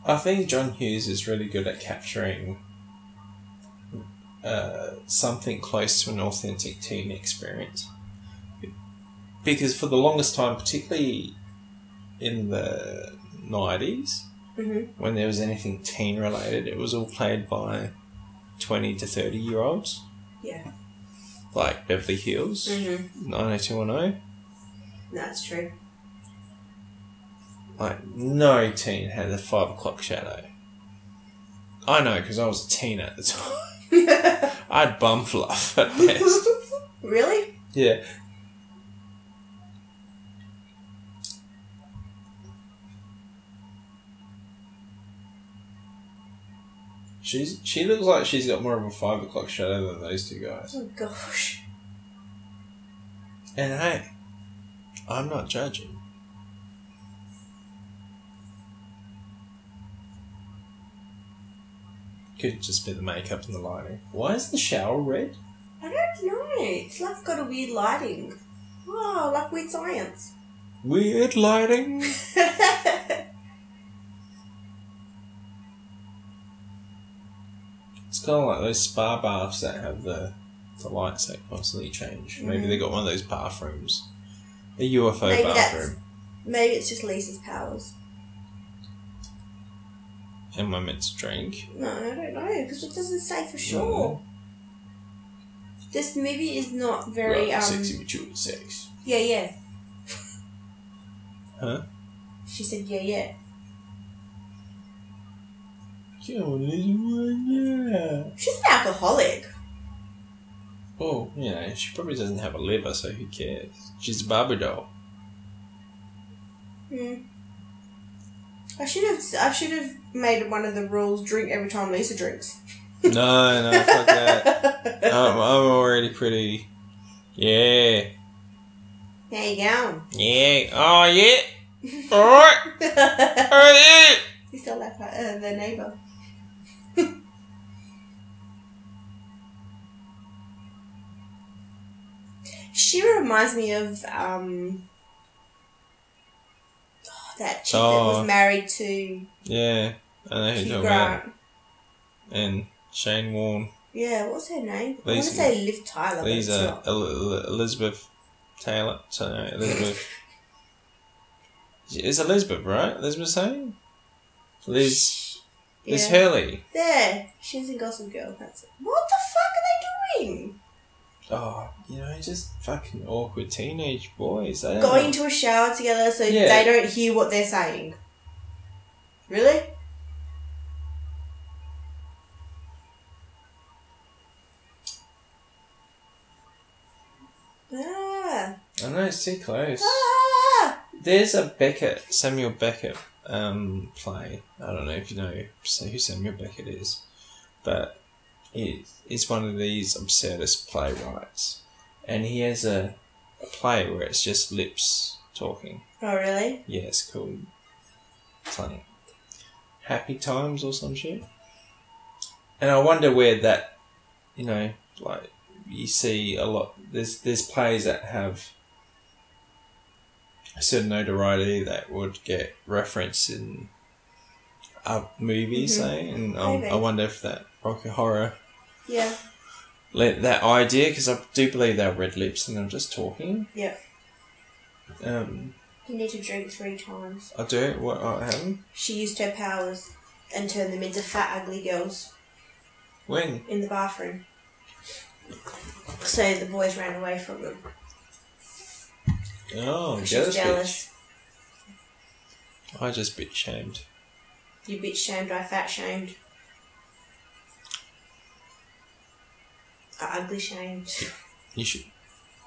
I think John Hughes is really good at capturing uh, something close to an authentic teen experience. Because for the longest time, particularly in the 90s,
Mm-hmm.
when there was anything teen related, it was all played by 20 to 30 year olds,
Yeah.
like Beverly Hills,
Mm-hmm.
90210.
That's true.
Like, no teen had a five o'clock shadow. I know, because I was a teen at the time. I had bum fluff at best.
really?
yeah. She's, she looks like she's got more of a five o'clock shadow than those two guys.
Oh gosh.
And hey, I'm not judging. Could just be the makeup and the lighting. Why is the shower red?
I don't know. It's like got a weird lighting. Oh, like weird science.
Weird lighting. It's kind of like those spa baths that have the, the lights that constantly change. Maybe they got one of those bathrooms, a UFO
Mm. Maybe that's-
bathroom.
Maybe it's just Lisa's powers.
Am I meant to drink?
No, I don't know because it doesn't say for sure. This movie is not very
Right,
um.
sexy mature sex.
Yeah, yeah.
Huh?
She said, yeah, yeah.
Yeah, well, there's one, yeah.
She's an alcoholic.
Oh, you know, she probably doesn't have a liver, so who cares? She's a Barbie doll.
Hmm. I should have. I should have made one of the rules: drink every time Lisa drinks.
No, no, fuck that. I'm, I'm already pretty. Yeah,
There you go.
yeah, oh yeah. Alright, oh
you sound like uh, the neighbor. she reminds me of um, oh, that chick that
Oh.
was married to
yeah. Yeah, I know who
Hugh
you're talking about.
Grant.
And Shane Warne.
Yeah, what was her name? I want to
These-
say Liv Tyler, but it's
These are
not.
El- El- Elizabeth Taylor. So no, Elizabeth. it's Elizabeth, right? Elizabeth saying? Liz. Liz
Yeah.
Hurley.
There, she's in Gossip Girl. That's it. What the fuck are they doing?
Oh, you know, just fucking awkward teenage boys. eh? They don't
Going
know.
to a shower together so
Yeah.
they don't hear what they're saying. Really? Ah.
I know it's too close.
Ah.
There's a Beckett, Samuel Beckett um, play. I don't know if you know who Samuel Beckett is, but he is one of these absurdist playwrights. And he has a, a play where it's just lips talking.
Oh, really?
Yeah, it's called something Happy Times or some shit. And I wonder where that, you know, like you see a lot. There's there's plays that have a certain notoriety that would get referenced in uh, movies,
Mhm.
say, and um,
Maybe.
I wonder if that rocket horror
Yeah.
let that idea because I do believe they're red lips and they're just talking.
Yeah.
Um,
You need to drink three times.
I do. What I have
She used her powers and turned them into fat, ugly girls
when.
in the bathroom. So the boys ran away from them.
Oh, jealous,
She's
bitch.
jealous.
I just bit shamed.
You bitch shamed, I fat shamed. I ugly shamed.
You should.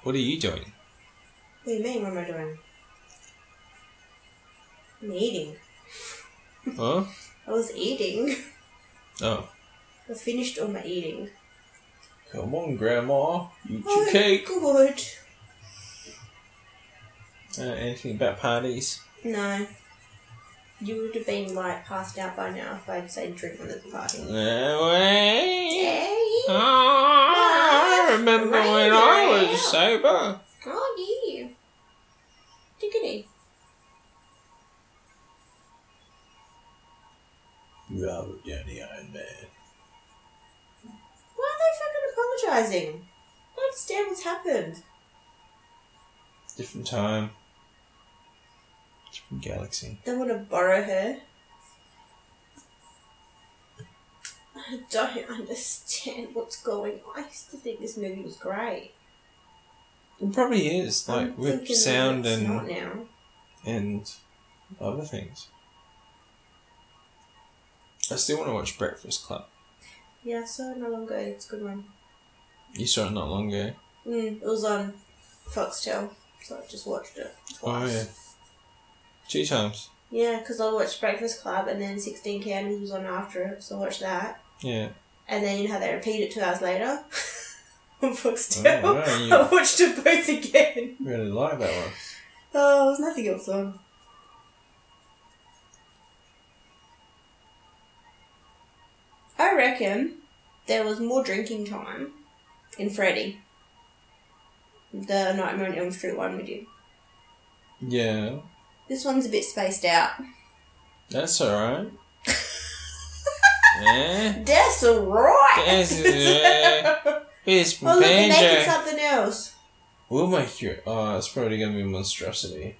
What are you doing?
What do you mean, what am I doing? I'm eating.
Huh?
I was eating.
Oh,
I finished all my eating.
come on, Grandma. Eat your
Oh,
cake.
good.
Uh, anything about parties?
No. You would have been like passed out by now if I'd said drink one at the party.
No way.
Hey!
Oh, I remember when I was sober.
Oh, yeah. Diggity.
Robert Downey Iron Man.
Why are they fucking apologising? I don't understand what's happened.
Different time. Different galaxy.
They want to borrow her. I don't understand what's going on. I used to think this movie was great.
It probably is like
I'm
with
thinking
sound
it's
and
not now.
and other things. I still want to watch Breakfast Club.
Yeah, I saw it not long ago. It's a good one.
You saw it not long ago.
Mm, it was on Foxtel, so I just watched it.
Oh yeah, two times.
Yeah, because I watched Breakfast Club and then 16 Candles was on after it, so I watched that.
Yeah,
And then you know how they repeat it two hours later on Foxtel?
Oh, wow, you-
I watched it both again.
really like that one.
Oh, there's nothing else on. I reckon there was more drinking time in Freddy. The Nightmare on Elm Street one we did.
Yeah,
This one's a bit spaced out.
that's all right. yeah,
That's alright!
That's alright. here's
Oh, look, they're making
banjo.
something else.
We'll make you. Oh, it's probably gonna be monstrosity.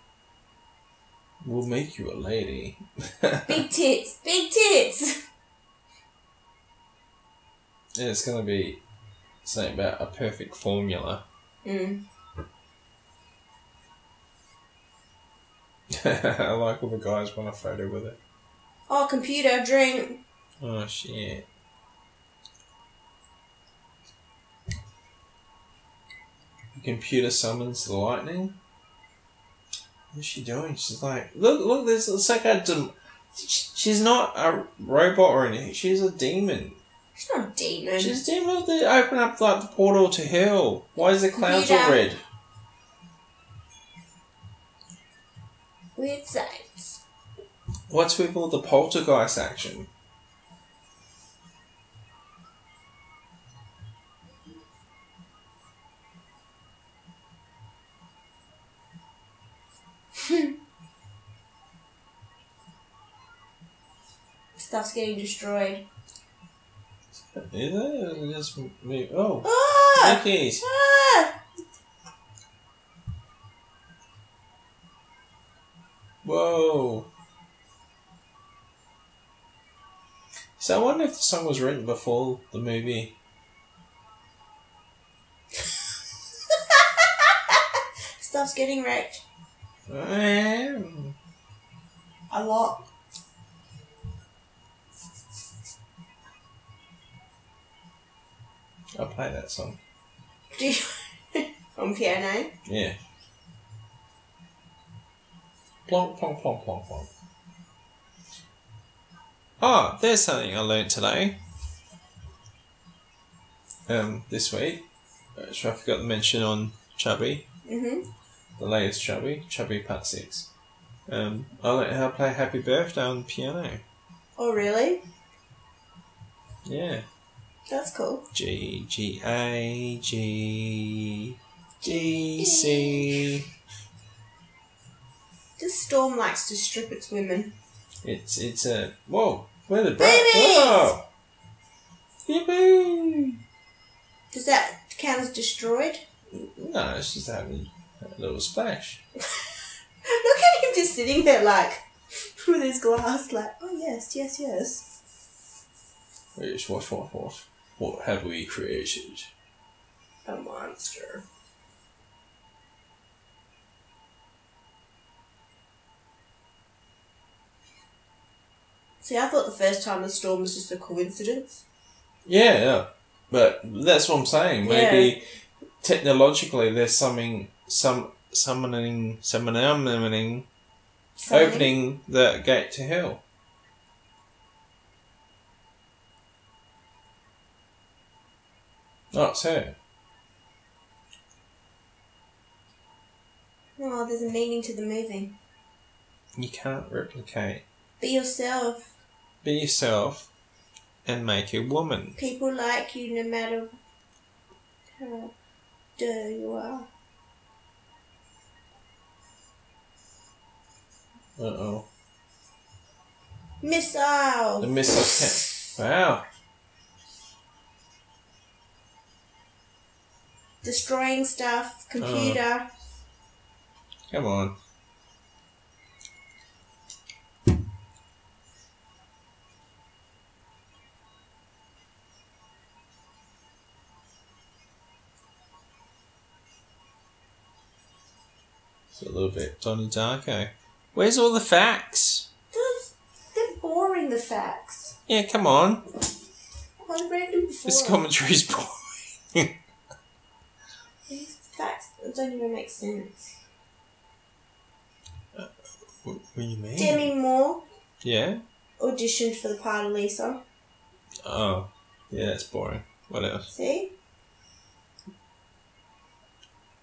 We'll make you a lady.
Big tits, big tits.
Yeah, it's gonna be something about a perfect formula.
Mm.
I like all the guys want a photo with it.
Oh, computer, drink.
Oh shit. The computer summons the lightning. What's she doing? She's like, look, look. This it's like a. Dem- sh- she's not a robot or anything. She's a demon.
She's not a demon.
She's a demon. They open up like the portal to hell. Why is the clouds all
Computer.
red?
Weird science.
What's with all the poltergeist action?
Stuff's getting destroyed.
Is it? It just me. Oh,
Ah!
Mickey's.
Ah!
Whoa. So I wonder if the song was written before the movie.
Stuff's getting wrecked.
Um,
A lot.
I'll play that song.
Do you... On piano.
Yeah. Plonk, plonk, plonk, plonk, plonk. Oh, there's something I learnt today. Um, this week, which I forgot to mention on Chubby,
Mm-hmm.
the latest Chubby, Chubby Part 6. Um, I learnt how to play Happy Birthday on piano.
Oh, really?
Yeah.
That's cool.
G G A G G C.
This storm likes to strip its women.
It's it's a whoa. Where the bra-
Babies!
Whoa. Yippee!
Does that count as destroyed?
No, it's just having a little splash.
Look at him just sitting there, like, with his glass, like, oh, yes, yes, yes.
It's what what what what have we created?
A monster. See, I thought the first time the storm was just a coincidence.
Yeah, yeah. but that's what I'm saying. Maybe technologically, there's something some summoning summoning opening the gate to hell. Oh, it's her.
Oh, there's a meaning to the movie.
You can't replicate.
Be yourself.
Be yourself and make a woman.
People like you no matter how dirty you are.
Uh oh.
Missile!
The missile. Ca- wow.
destroying stuff,
Uh.
computer.
Come on. It's a little bit Donnie Darko. Where's all the facts?
Those- They're boring, the facts.
Yeah, come on.
I read them before.
This commentary's boring.
These facts don't even make sense.
what, what do you mean?
Demi Moore
Yeah?
auditioned for the part of Lisa.
Oh. Yeah, that's boring. What else?
See?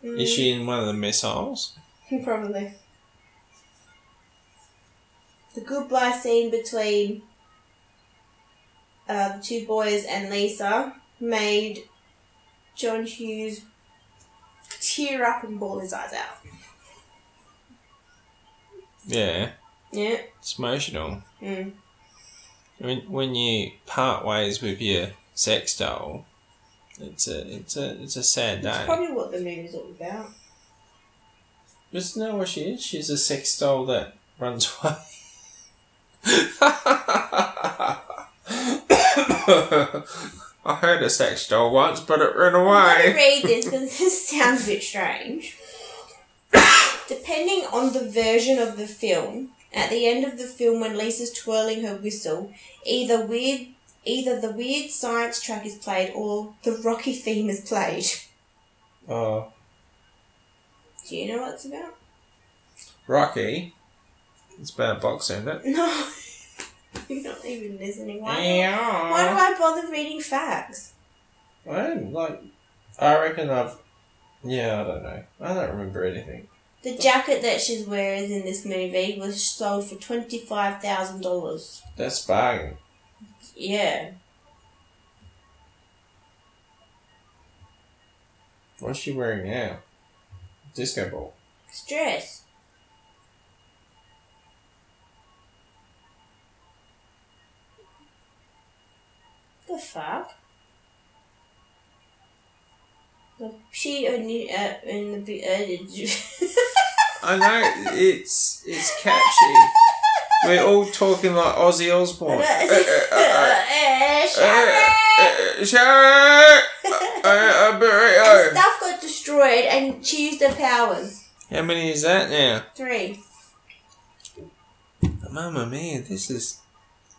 Mm,
Is she in one of the missiles?
Mm, Probably. The goodbye scene between uh, the two boys and Lisa made John Hughes tear up and bawl his eyes out.
Yeah.
Yeah.
It's emotional.
Mm.
when when you part ways with your sex doll, it's a it's a it's a sad
That's
day.
probably what the movie's all about.
Isn't that what she is? She's a sex doll that runs away. I heard a sex doll once, but it ran
I'm gonna
away.
read this because this sounds a bit strange. Depending on the version of the film, at the end of the film when Lisa's twirling her whistle, either weird either the weird science track is played or the Rocky theme is played.
Oh,
Do you know what it's about?
Rocky. It's about boxing, isn't it?
No. You're not even listening. Why, why do
Yeah.
I bother reading facts?
I don't like. I reckon I've. Yeah, I don't know. I don't remember anything.
The jacket that she's wearing in this movie was sold for twenty five thousand dollars.
That's bargain.
Yeah.
What's she wearing now? Disco ball.
Stress. The fuck? She only uh, in the be- uh,
I know it's it's catchy. We're all talking like Ozzy Osbourne. eh.
uh, eh,
Uh, Sharon, uh, oh.
stuff got destroyed, and she used her powers.
how many is that now?
Three.
Mamma mia, this is.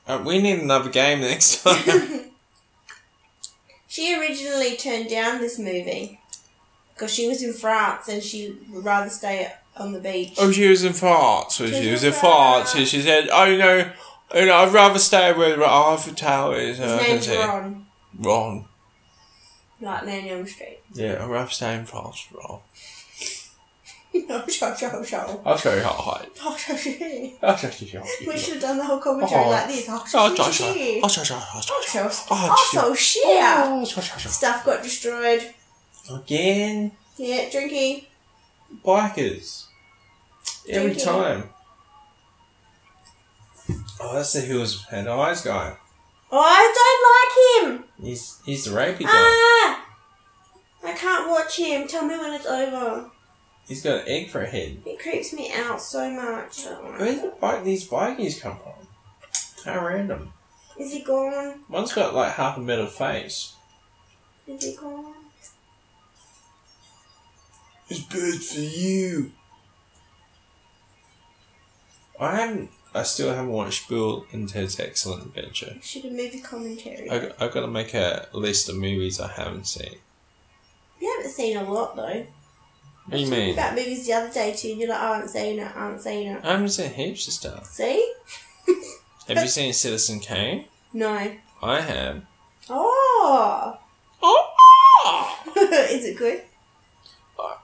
Uh, we need another game next time.
She originally turned down this movie because she was in France and she would rather stay on the beach.
oh, she was in France. So she was in France, and she said, "Oh, you know, you know, I'd rather stay where the Eiffel Tower is." and
His
I can
name's
see it."
Ron,
Ron.
like Man Elm Street.
Yeah, I'd rather stay in France, Ron.
No, show, show, show.
I'll show you how high.
Oh, show, show.
I'll show you how
We
high.
should have done the whole commentary
Oh.
like this. Oh,
I'll
shit,
show you.
shit.
I'll show you. I'll show
Oh,
you.
shit.
Oh, shit.
Also, shit.
Oh, show, show, show.
Stuff got destroyed.
Again,
Yeah, drinking.
bikers. Every
Drinking.
time. Oh, that's the Hills Had Eyes guy.
Oh, I don't like him.
He's he's the rapey guy.
Ah! I can't watch him. Tell me when it's over.
He's got an egg for a head.
It creeps me out so much. Oh, I don't like
Where
it.
did bike these bikies come from? How random.
Is he gone?
One's got like half a metal face.
Is he gone?
It's good for you. I haven't. I still haven't watched Bill and Ted's Excellent Adventure.
Should have movie commentary.
I I've got to make a list of movies I haven't seen.
You haven't seen a lot though.
What do you
Talking
mean?
about movies the other day too, and you're like, I haven't seen it, I haven't seen it.
I haven't seen heaps of stuff.
See?
Have you seen Citizen Kane?
No.
I have.
Oh!
Oh!
Is it good?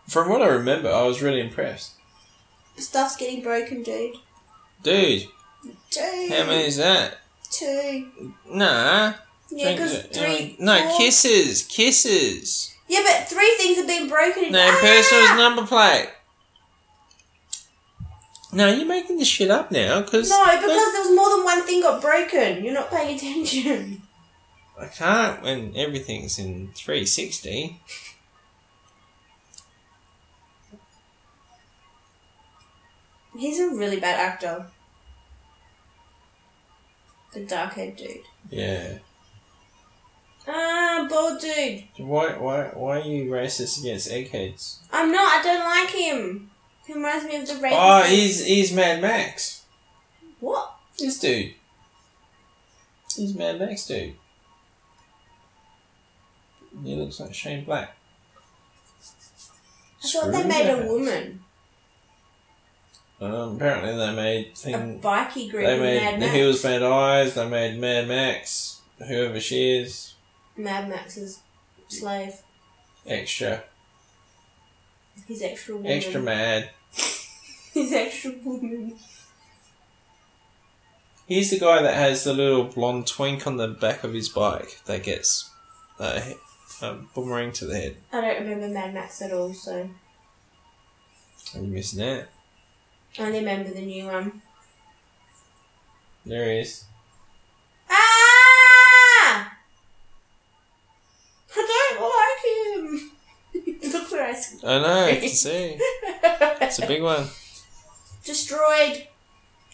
From what I remember, I was really impressed.
Stuff's getting broken, dude.
Dude,
Two.
how many is that?
Two.
Nah.
Yeah,
Drink
because
it.
three.
No,
four-
kisses. Kisses.
Yeah, but three things have been broken. in-
Name,
Ah!
person's number plate. No, you're making this shit up now, because.
No, because there was more than one thing got broken. You're not paying attention.
I can't when everything's in 360.
He's a really bad actor. The dark haired dude.
Yeah.
Ah, bald dude.
Why, why, why are you racist against eggheads?
I'm not. I don't like him. He reminds me of the rapist.
Oh, he's he's Mad Max.
what?
This dude. He's Mad Max dude. He looks like Shane Black.
I thought they made a woman,
Um, apparently they made
a
thing.
bikie group.
They
in
made
Mad
the
Max.
Hills Made Eyes. They made Mad Max. Whoever she is,
Mad Max's slave.
extra,
His extra woman.
extra mad.
His extra woman.
He's the guy that has the little blonde twink on the back of his bike that gets uh, hit- a boomerang to the head.
I don't remember Mad Max at all, so
Are you missing out?
I only remember the new one.
There he is.
Ah! I don't like him. Look where I s-
I know. I can see. It's a big one.
destroyed.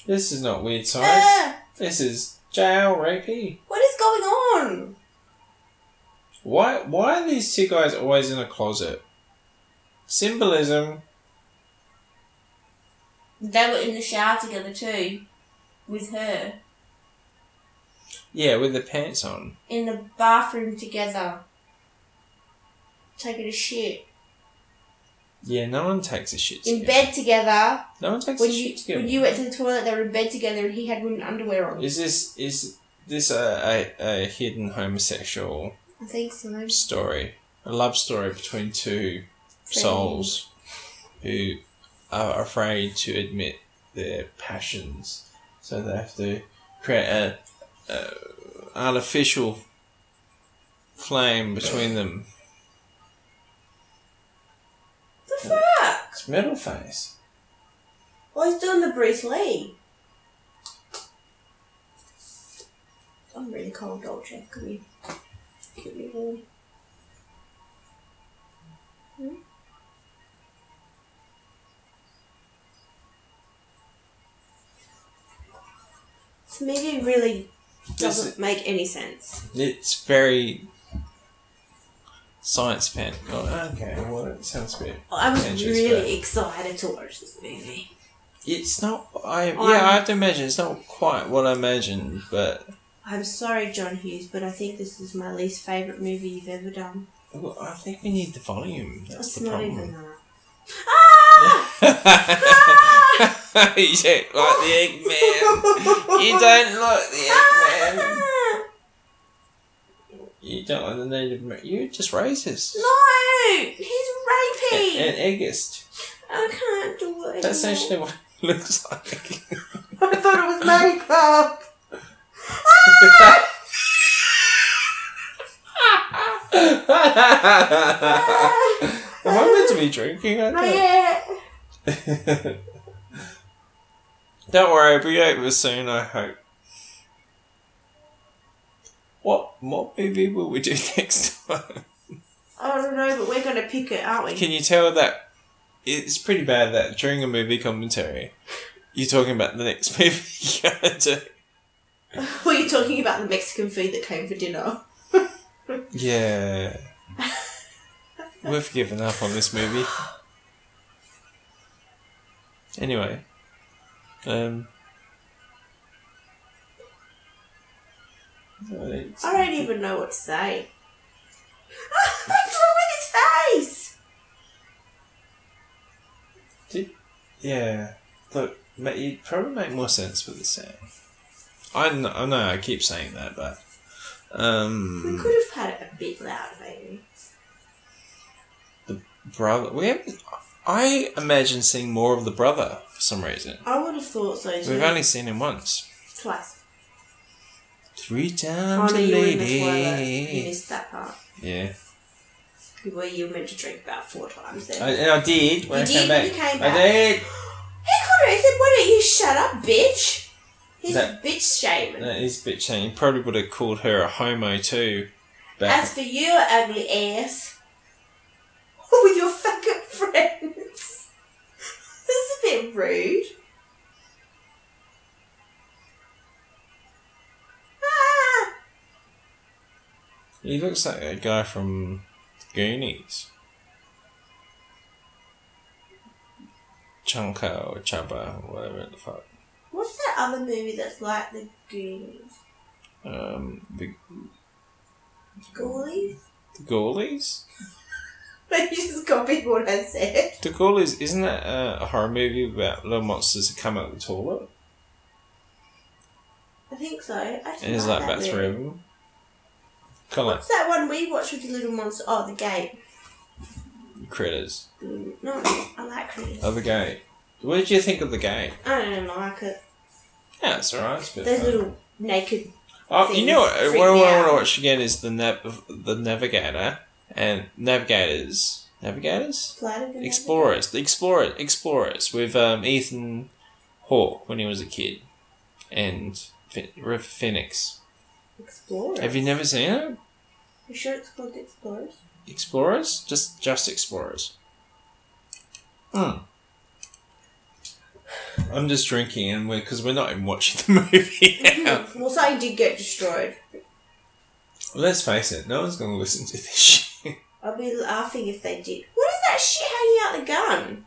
This is not weird science.
Ah!
this is jail rapey.
What is going on?
Why why are these two guys always in a closet? Symbolism.
They were in the shower together too, with her
Yeah, with the pants on.
in the bathroom together, taking a shit
Yeah, no one takes a shit
in
together.
bed together.
no one takes
When
a
you
shit together.
when you went to the toilet, they were in bed together, and he had women underwear on.
is this is this a, a, a hidden homosexual
I think so.
story? A love story between two souls who are afraid to admit their passions, so they have to create a, a artificial flame between them.
The fuck?
It's metal face.
Well, he's doing the Bruce Lee. I I'm really cold, Dolce. Can you keep me warm? Hmm? So maybe it really doesn't
This-
make any sense.
It's very science pen. Oh, okay, well, that sounds weird.
I was
Tangents,
really excited to watch this movie.
It's not. I
Um,
yeah, I have to imagine it's not quite what I imagined, but
I'm sorry, John Hughes, but I think this is my least favourite movie you've ever done.
well, I think we need the volume. That's
It's
the
not
problem.
even that. Ah!
you don't like the Eggman. You don't like the Eggman.
Ah!
You don't like the Native American. You're just racist.
No! He's raping!
And eggist.
I can't do it.
That's
anymore.
essentially what it looks like.
I thought it was makeup!
Am I meant to be drinking? I
Not
don't.
yet!
don't worry, it'll be over soon, I hope. What, what movie will we do next time?
I don't know, but we're gonna pick it, aren't we?
Can you tell that it's pretty bad that during a movie commentary, you're talking about the next movie you're going to do?
Were you talking about the Mexican food that came for dinner?
Yeah. We've given up on this movie. Anyway. Um.
I don't even know what to say. What's wrong with his face?
Yeah. Look, ma- it'd probably make more sense with the sound. I kn- I know I keep saying that, but.
We
Um.
could have had it a bit louder, maybe.
Brother. We have, I imagine seeing more of the brother for some reason.
I would have thought so too.
We've only seen him once.
Twice.
Three
Oh
times
no,
a
you were in the toilet. You
lady.
missed that part.
Yeah.
Where you were meant to drink about four times there.
I, and I did when I
You did
came
when
back.
you came
I
back.
did.
He could have said, why don't you shut up, bitch? He's
That-
bitch shaming.
That is a bit shame. You probably would have called her a homo too. Back.
As for you, ugly ass, with your fucking friends, this is a bit rude. Ah!
he looks like a guy from Goonies. Chunka or Chubba or whatever the fuck.
What's that other movie that's like the Goonies?
Um, the,
Ghoulies?
the Ghoulies?
They just copied what I said.
The Ghoulies, isn't that uh, a horror movie about little monsters that come out of the toilet?
I think so. I just
And there's
like
like
that
about three
movie.
of them. Kind of
What's that one we watched with the little monster? Oh, The Gate.
like critters.
Mm, No, I like Critters.
Other gate. What did you think of the gate?
I don't like it.
Yeah, it's alright. It's a bit
Those
fun.
little naked
Oh, you know what? What I
things freak me
want to
out.
watch again is the nav- the Navigator and Navigators, Navigators,
flight attendants.
Explorers, the Explorers, Explorers with um, Ethan Hawke when he was a kid, and Ph- River Phoenix.
Explorers.
Have you never seen it?
You sure it's called Explorers?
Explorers, just just Explorers. Hmm. I'm just drinking, and we're because we're not even watching the movie. Now.
well, something did get destroyed.
Let's face it, no one's going to listen to this shit.
I'd be laughing if they did. What is that shit hanging out the gun?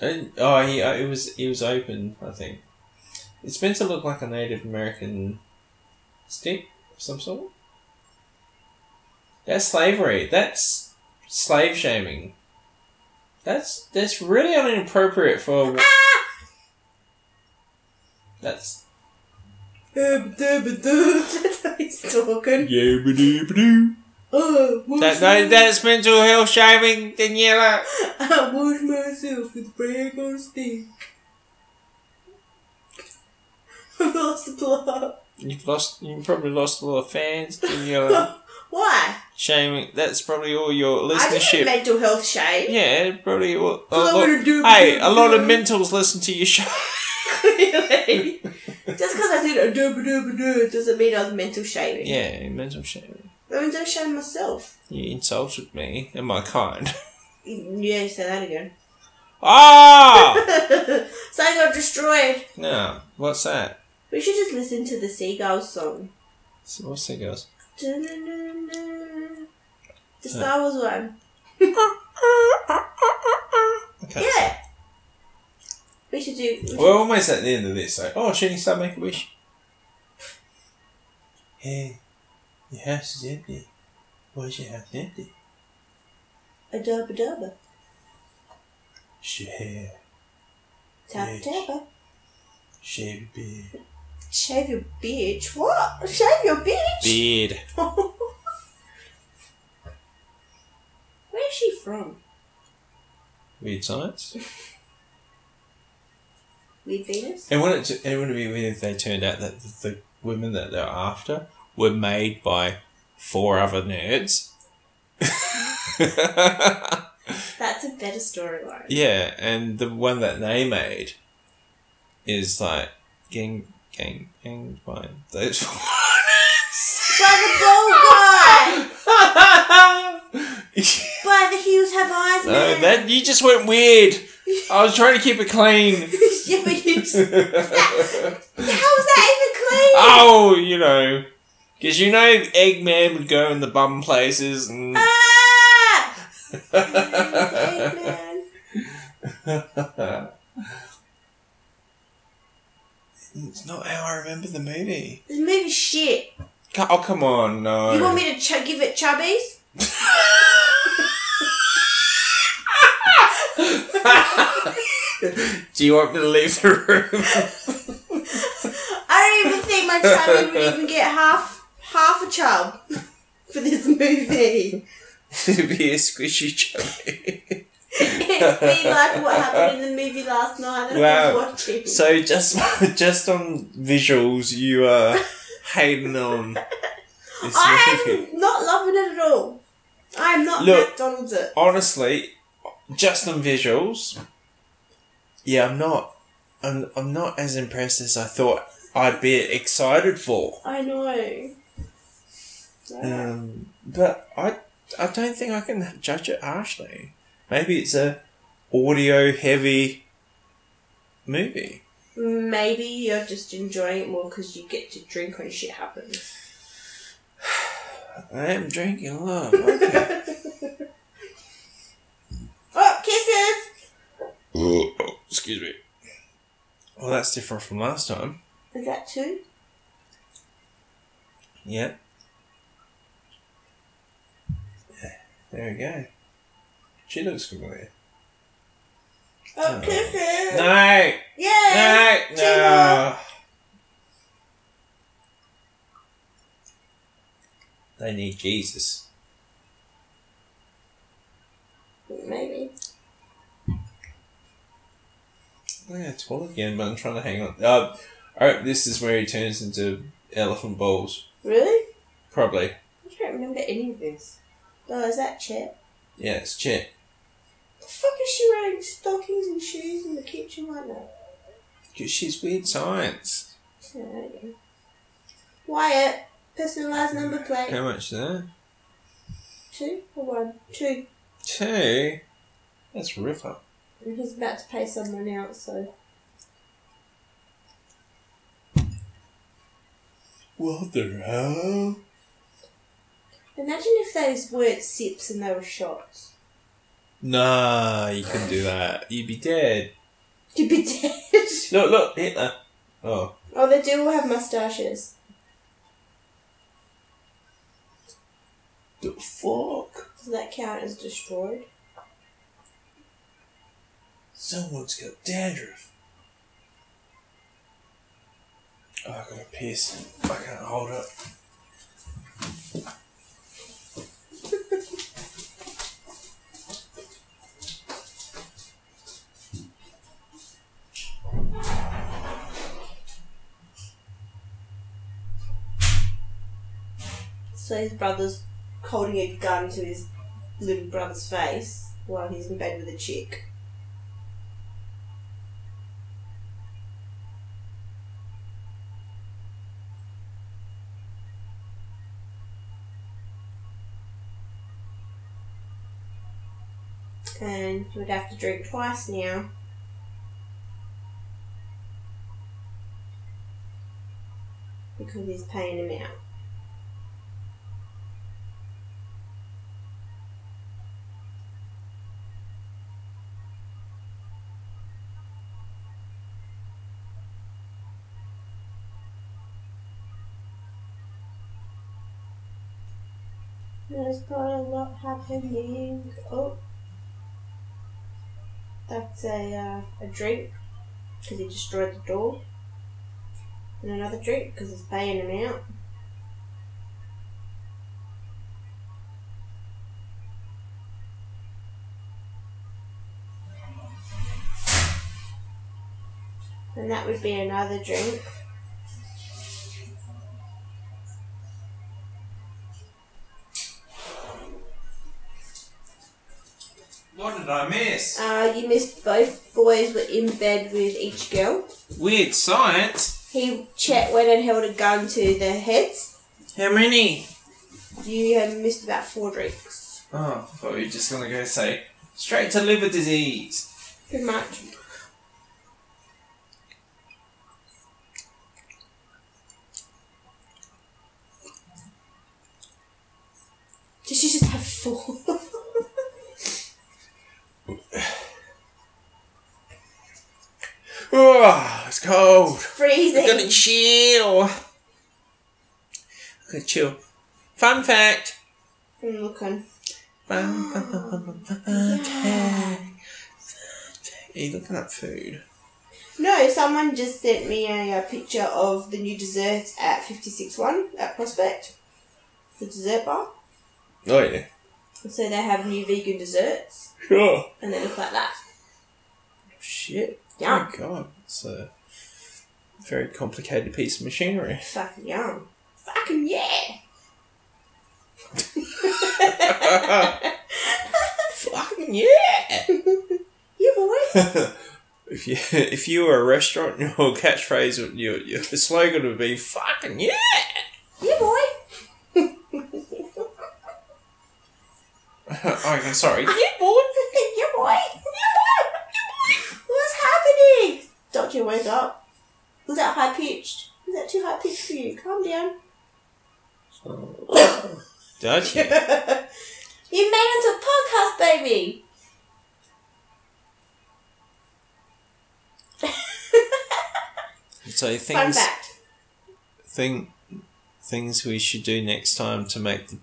And, oh, he, uh, it was it was open. I think it's meant to look like a Native American stick of some sort. That's slavery. That's slave shaming. That's that's really inappropriate for.
Ah!
That's.
That's how he's talking.
Yeah-ba-dee-ba-doo.
Oh, I
That, no, that's mental health shaming, Daniela.
I wash myself with brag on stick. I've lost the plot.
You've lost. You probably lost a lot of fans, Daniela.
Why?
shaming. That's probably all your
I did
listenership.
mental health shame.
Yeah, probably. all- a
So I'm
lot-
gonna do-
hey, a lot of mentals listen to your show.
Clearly. Just because I said "Adubadubadu" doesn't mean I was mental shaving.
Yeah, mental shame.
That means I shaved myself.
You insulted me and my kind.
Yeah, you say that again.
Ah!
so I got destroyed.
no, what's that?
We should just listen to the seagulls song.
So What's that, girls?
Dun-dun-dun-dun. The Star Wars one.
Okay.
Yeah. We should do. we should-
We're almost at the end of this. Like, oh, shouldn't you start make a wish? Hey, your house is empty. Why's your house empty?
A dubba dubba.
Shave,
Tap
Bitch.
dabba.
shave your beard.
Shave your bitch. What? Shave your bitch?
Beard.
Where's she from?
Weird science.
Weird Venus?
And wouldn't it, it wouldn't it be weird if they turned out that the, the women that they're after were made by four other nerds?
That's a better storyline.
yeah, and the one that they made is like getting gang gang by those four
By the bald guy!
nerds.
By the Hughes Have Eyes
No,
man!
Uh, that you just went weird. I was trying to keep it clean.
yeah, but you just- How is that even clean?
oh, you know, because you know Eggman would go in the bum places and.
Ah! Eggman.
it's not how I remember the movie.
This movie's shit.
Co- Oh come on, no.
You want me to ch- give it chubbies?
Do you want me to leave the room?
I don't even think my chubby would even get half half a chub for this movie.
It'd be a squishy chubby.
It'd be like what happened in the movie last night that I
Wow.
was watching.
So just just on visuals, you are hating on this
I
movie.
am not loving it at all. I am not
Look.
McDonald's it.
Honestly, just on visuals, yeah, I'm not. I'm, I'm not as impressed as I thought I'd be excited for.
I know.
Um, but I I don't think I can judge it harshly. Maybe it's a audio heavy movie.
Maybe you're just enjoying it more because you get to drink when shit happens.
I am drinking a lot. Okay.
Oh, kisses!
Oh, Excuse me. Well, that's different from last time.
Is that two?
Yeah. There we go. She looks familiar.
Oh,
Oh.
kisses!
No! No!
Yes! Two more.
No! They need Jesus.
Maybe.
I'm gonna talk again, but I'm trying to hang on. Uh, alright, this is where he turns into elephant balls.
Really?
Probably.
I don't remember any of this. Oh, is that Chip?
Yeah, it's Chip.
The fuck is she wearing stockings and shoes in the kitchen like that?
'Cause she's weird science.
So, okay. Wyatt, personalised number plate.
How much is that?
Two or one? Two.
Two? That's Ripper.
And he's about to pay someone else, so.
What the hell?
Imagine if those weren't sips and they were shots.
Nah, you couldn't do that. You'd be dead.
You'd be dead.
Look, look, Hitler. Oh,
oh, they do all have mustaches.
the fuck?
Does that count as destroyed?
Someone's got dandruff. Oh, I gotta piss. I can't hold up.
So his brother's holding a gun to his little brother's face while he's in bed with a chick. And you would have to drink twice now. Because he's paying him out. There's got a lot happening. Oh, that's a uh, a drink because he destroyed the door, and another drink because it's paying him out. And that would be another drink.
What did I miss?
Uh, you missed both boys were in bed with each girl.
Weird science.
He Chet went and held a gun to their heads.
How many?
You have missed about four drinks.
Oh, I thought you were just gonna go say straight to liver disease.
Pretty much. Did she just have four?
Oh, it's cold. I'm gonna
Freezing.
chill. I'm gonna chill. Fun fact.
I'm looking.
Fun, fun, fun, fun, fun, fun, fun fact. Are you looking up food?
No, someone just sent me a, uh picture of the new desserts at 56.1 at Prospect, the dessert bar.
Oh yeah.
So they have new vegan desserts,
Sure.
and they look like that.
Shit.
Yeah.
Oh god. It's a very complicated piece of machinery.
Fucking yum. Fucking yeah!
Fucking yeah.
You boy!
If you if you were a restaurant, your catchphrase, would- your your slogan would be "fucking yeah."
You boy!
oh, okay, sorry.
You boy! You boy! You boy! What's happening? Dodger woke up. Was that high pitched? Was that too high pitched for you? Calm down.
Did you?
You made it to a podcast, baby!
So
Fun
things
fact.
thing things we should do next time to make the.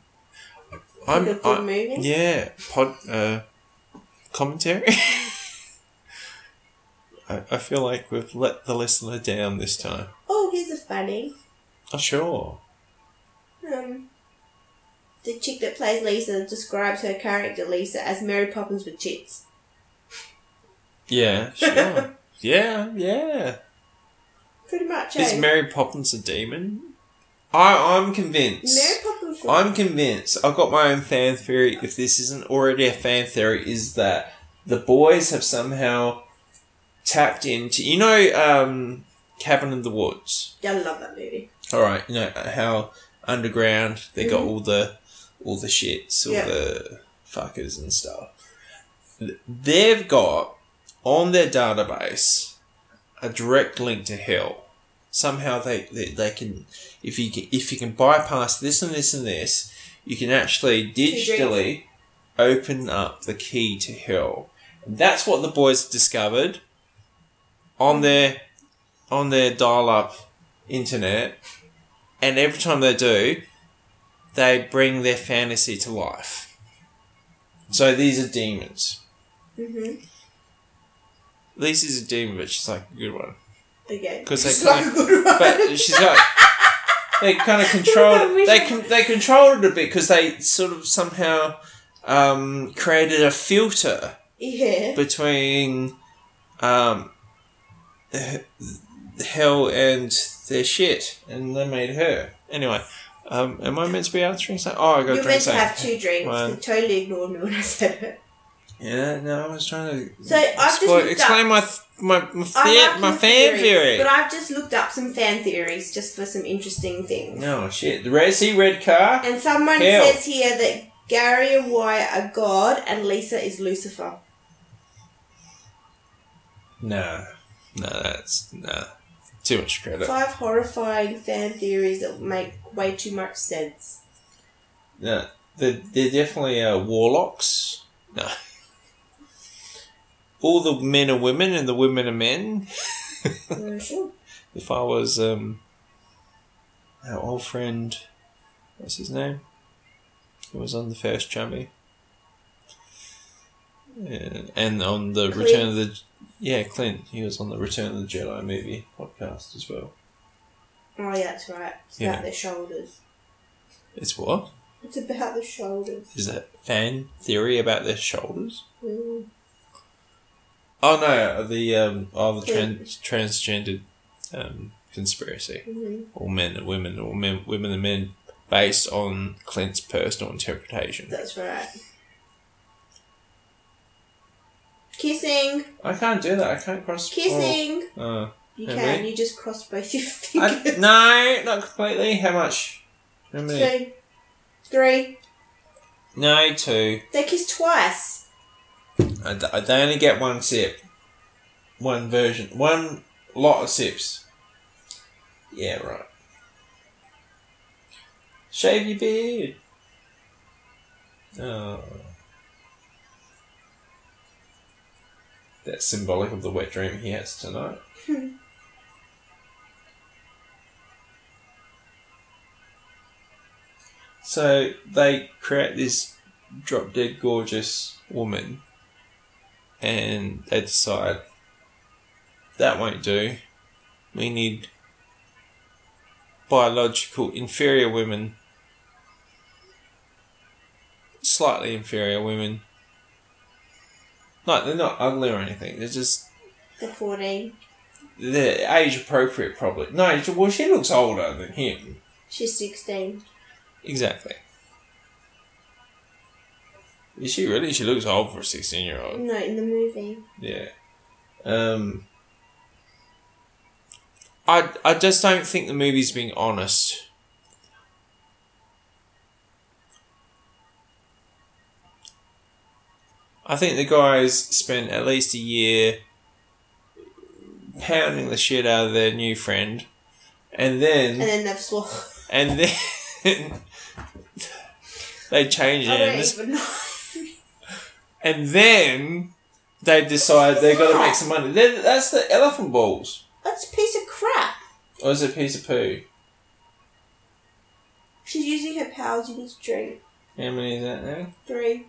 Like a good
I-
movie?
Yeah, pod uh, commentary. I, I feel like we've let the listener down this time.
Oh, here's a funny.
Oh, sure.
Um, the chick that plays Lisa describes her character Lisa as Mary Poppins with tits.
Yeah, sure. yeah, yeah.
Pretty much.
Is
eh?
Mary Poppins a demon? I, I'm convinced.
Mary Poppins. with-
I'm convinced. I've got my own fan theory. If this isn't already a fan theory, is that the boys have somehow tapped into you know um, Cabin in the Woods.
I love that movie.
All right, you know how underground they got
Mhm.
all the all the shits, all
Yeah.
the fuckers and stuff. They've got on their database a direct link to hell. Somehow they, they, they can if you can, if you can bypass this and this and this, you can actually
drinks.
digitally open up the key to hell. And that's what the boys discovered on their on their dial up internet. And every time they do, they bring their fantasy to life. So these are demons.
Mm-hmm.
Lisa's a demon, but she's like a good one.
Okay.
'Cause they
It's not a
can't-
good one.
But she's like they kind of controlled. They con- they controlled it a bit because they sort of somehow um, created a filter
yeah.
between um, h- hell and their shit, and they made her anyway. Um, am I meant to be answering something? Oh, I got
You're
drink
meant to
something.
have two drinks.
One.
You totally ignored me when I said it.
Yeah, no, I was trying to.
So I've just
explo-
looked
explain
up-
my th- my my,
I
fan
like
my
your
fan
theories,
theory.
But I've just looked up some fan theories just for some interesting things.
No shit, the red see red car.
And someone
Hell.
says here that Gary and Wyatt are God, and Lisa is Lucifer.
No, no, that's no too much credit.
Five horrifying fan theories that make way too much sense.
No, they're, they're definitely uh, warlocks. No, all the men are women and the women are men.
Uh, sure.
If I was um, our old friend, what's his name? Who was on the first chummy. Yeah, and on the
Clint.
Return of the yeah Clint, he was on the Return of the Jedi movie podcast as well.
Oh, yeah, that's right. It's
Yeah.
about the shoulders.
It's what
It's about the shoulders.
is that fan theory about their shoulders?
Mm.
Oh no, the um, oh the
Clint.
trans transgendered um, conspiracy.
Mhm.
All men and women, all men, women and men, based on Clint's personal interpretation.
That's right. Kissing,
I can't do that. I can't cross.
kissing.
Oh, uh,
You
How
can.
many?
You just cross both your
Uh, I,
fingers.
no, not completely. How much? How many?
Two, three.
No, two.
They kiss twice.
I, d- I- they only get one sip. One version. One lot of sips. Yeah, right. Shave your beard. Oh. That's symbolic of the wet dream he has tonight. so they create this drop dead gorgeous woman and they decide that won't do. We need biological inferior women, slightly inferior women. No, they're not ugly or anything. They're just
The fourteen.
they're age appropriate, probably. No, well, she looks older than him.
She's sixteen.
Exactly. Is she really? She looks old for a sixteen-year-old.
No, in the movie.
Yeah. Um, I I just don't think the movie's being honest. I think the guys spent at least a year pounding the shit out of their new friend, and then
And then they've swallowed.
and then they change
I don't
hands.
even know.
And then they decide they've got to make some money. Then that's the elephant balls.
That's a piece of crap.
Or is it a piece of poo?
She's using her powers in this drink.
How many is that now?
Three.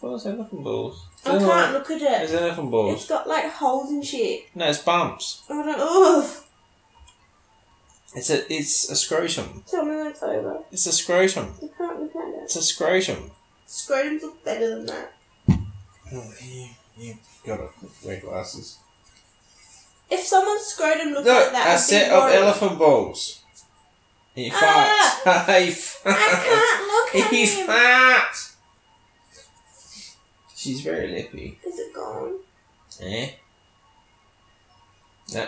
What was elephant balls?
I
They're
can't
like-
look at
It's
it.
elephant
It's
balls.
got like holes and shit. Oh,
No, it's bumps.
I don't. Ugh.
It's a it's a scrotum.
Tell me when it's over.
It's a scrotum.
I can't look at it.
It's a scrotum.
Scrotums look better than that.
Oh, you you gotta wear glasses.
If someone's scrotum looked
Look,
like
a
that, I'd
set
be
of
worried.
elephant balls. He farts.
Ah!
he farts.
I can't look at
he
him.
farts. She's very lippy.
Is it gone?
Eh? No,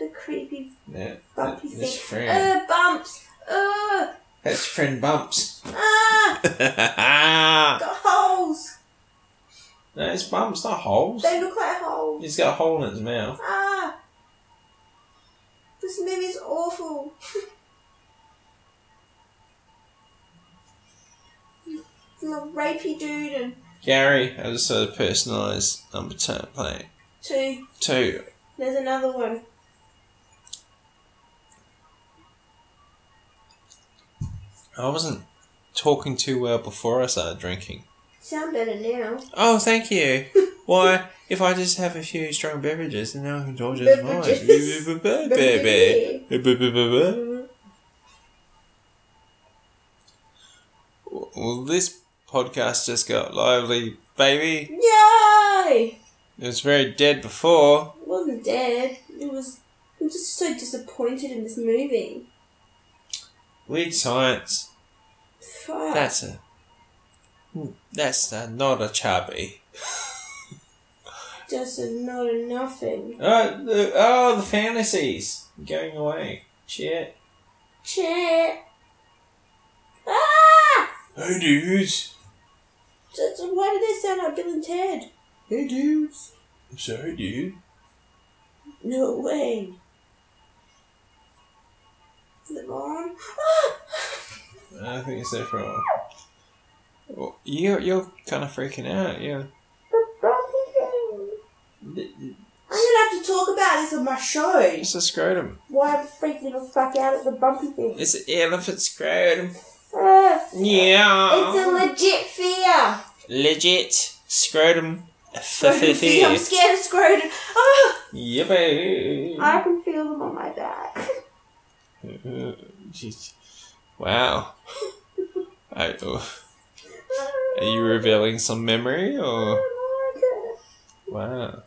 The creepy
no. that-
bumpy
That's your
thing. Uh.
friend.
Ugh, bumps. Ugh.
That's your friend Bumps.
Ah,
no,
got holes.
it's Bumps, not holes.
They look like holes.
He's got a hole in his mouth.
Ah. This movie's awful. The rapey dude and
Gary, I just saw the personalised number 10 playing.
two.
Two.
There's another one.
I wasn't talking too well before I started drinking.
Sound better now.
Oh, thank you. Why, if I just have a few strong beverages, then I can talk just
Beverages.
fine. Baby.
Mm-hmm.
Well, well, this podcast just got lively, baby.
Yay!
It was very dead before.
It wasn't dead. It was. I'm just so disappointed in this movie.
Weird science.
Fuck.
That's a. That's a, not a chubby.
just a not a nothing.
Oh the, oh, the fantasies going away. Shit.
Shit. Ah!
Hey, dudes.
Just- Why do they sound like Bill and Ted?
Hey dudes. So you.
No way. Is it mom? Ah!
I think it's there for a while. Well, you're you're kind of freaking out. Yeah.
I'm gonna have to talk about this on my show.
It's a scrotum.
Why I'm freaking the fuck out at the bumpy thing.
It's an elephant scrotum.
Ah,
Yeah.
It's a legit fear.
legit scrotum.
Scrotum fear. I'm scared of scrotum. Ah!
Yippee.
I can feel them on my back.
Jeez. Wow. I, oh, are you revealing some memory or? Wow.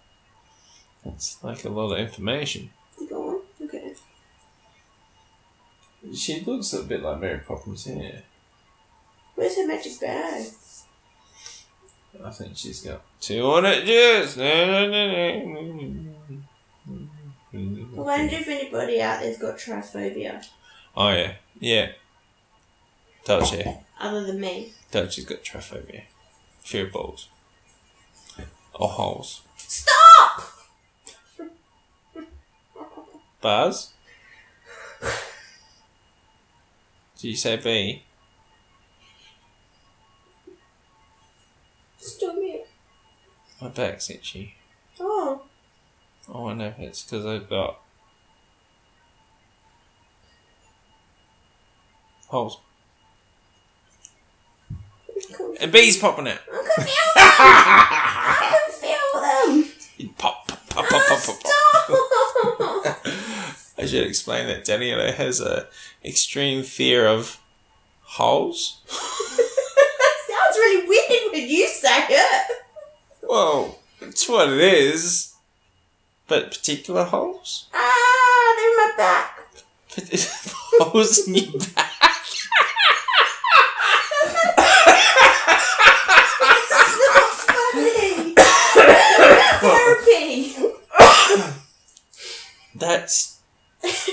That's like a lot of information.
Go on. Okay.
She looks a bit like Mary Poppins here.
Where's her magic bag?
I think she's got two on it. Yes.
I wonder if anybody out there's got triphobia
Oh yeah, yeah. Touch here.
other than me.
Touch has got triphobia, fear of balls or holes.
Stop!
Buzz? Did you say B?
Stop it.
My back's itchy.
Oh,
I wonder if it's because I've got holes.
I can,
A bee's popping out.
I can feel them! I can feel them!
Pop, pop, pop, pop, pop, pop.
Ah, Stop!
I should explain that Daniela has a extreme fear of holes.
that sounds really weird when you say it.
Well, it's what it is. But particular holes?
Ah, they're in my back.
holes in your back.
That's not funny. Therapy.
That's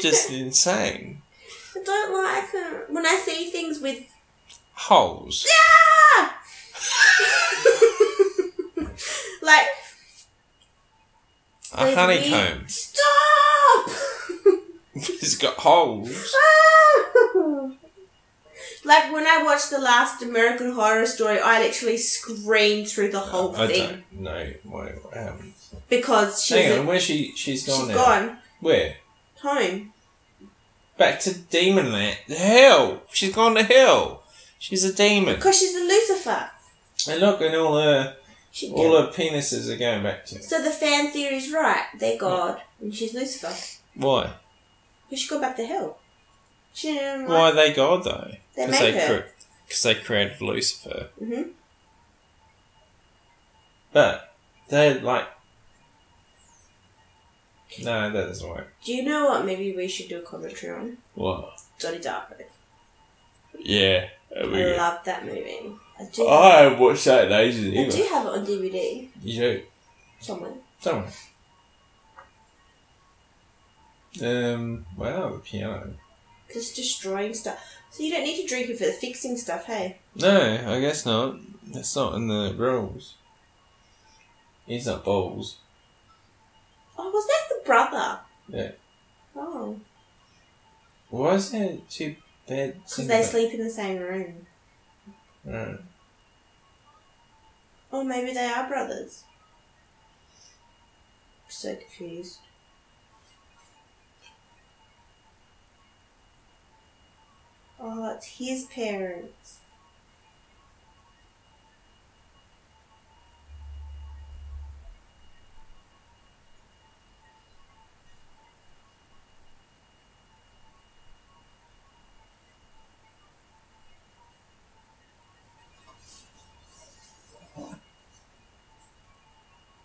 just insane.
I don't like it. When I see things with
Holes.
Ah! like
A
those
honeycomb.
weird- Stop!
It's got holes.
Ah! like when I watched the last American Horror Story, I literally screamed through the whole
I
thing
don't know what what happened.
because she's
Hang on,
a,
where's she? She's gone
she's
now.
gone
Where?
home.
Back to demon land. Hell! She's gone to hell. She's a demon.
Because she's a Lucifer.
And look, and all her
She
all her penises are going back to.
So the fan theory's right. They're God and she's Lucifer.
Why?
But she got back to hell. She didn't like
Why are they God though?
They
Because they,
made her.
cre- 'cause they created Lucifer.
Mhm.
But they're like. No, that doesn't work.
Do you know what? Maybe we should do a commentary on
What?
Johnny Darko.
Yeah. that'd be
I
good.
love that movie. I do.
Oh, I haven't watched that in ages
I do
either.
have it on DVD
You do?
somewhere.
Somewhere. Um, wow, the piano.
Just destroying stuff. So you don't need to drink it for the fixing stuff, hey?
No, I guess not. That's not in the rules. He's not balls.
Oh, was that the brother?
Yeah.
Oh,
Why is there two beds?
because
in
they
the-
sleep in the same room.
Right.
Or maybe they are brothers. So confused. Oh, that's his parents.